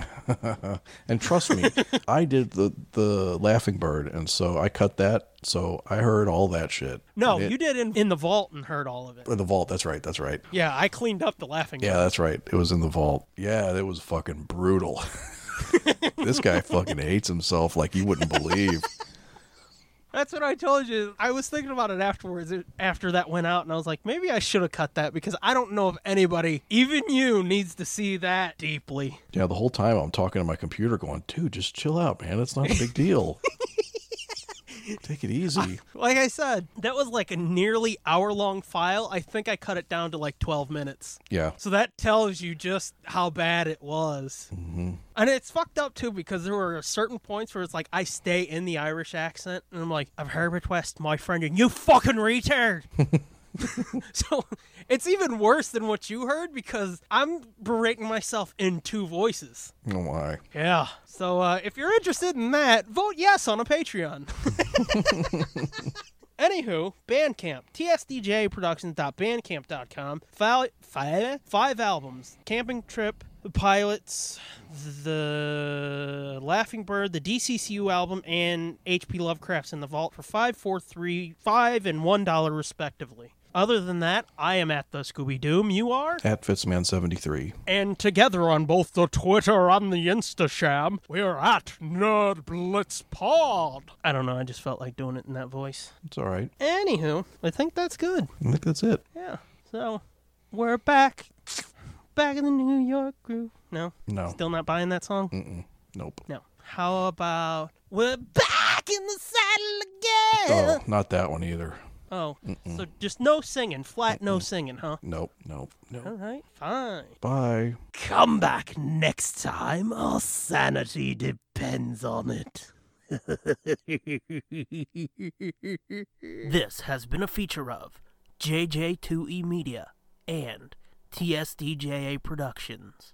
C: And trust me, I did the the Laughing Bird, and so I cut that. So I heard all that shit.
D: No,
C: And it-
D: you did in, in the vault and heard all of it.
C: in the vault. That's right. That's right.
D: Yeah, I cleaned up the laughing.
C: Yeah, that's right. It was in the vault. Yeah, it was fucking brutal. this guy fucking hates himself like you wouldn't believe.
D: That's what I told you. I was thinking about it afterwards, it- after that went out, and I was like, maybe I should have cut that because I don't know if anybody, even you, needs to see that deeply.
C: Yeah, the whole time I'm talking to my computer, going, "Dude, just chill out, man. It's not a big deal. Take it easy."
D: Like I said, that was like a nearly hour long file. I think I cut it down to like 12 minutes.
C: Yeah,
D: So that tells you just how bad it was. Mm-hmm. And it's fucked up too because there were certain points where it's like I stay in the Irish accent and I'm like, I've Herbert West, my friend, and you fucking retard. So it's even worse than what you heard because I'm berating myself in two voices.
C: Oh my.
D: Yeah. So uh, if you're interested in that, vote yes on a Patreon. Anywho, Bandcamp, tsdjproductions.bandcamp.com, five, five, five albums, Camping Trip, The Pilots, The Laughing Bird, the DCCU album, and HP Lovecraft's in the Vault for five, four, three, five, and one dollar respectively. Other than that, I am at the Scooby Doom. You are?
C: At Fitzman73.
D: And together on both the Twitter and the Instasham, we're at NerdblitzPod. I don't know, I just felt like doing it in that voice.
C: It's all right.
D: Anywho, I think that's good.
C: I think that's it.
D: Yeah. So we're back. Back in the New York groove. No.
C: No.
D: Still not buying that song?
C: Nope.
D: No. How about we're back in the saddle
C: Oh,
D: again?
C: not that one either.
D: Oh. So just no singing, flat no singing, huh?
C: Nope. Nope. Nope.
D: All right, fine.
C: Bye.
B: Come back next time. Our sanity depends on it.
D: This has been a feature of E JJ2E Media and TSDJA Productions.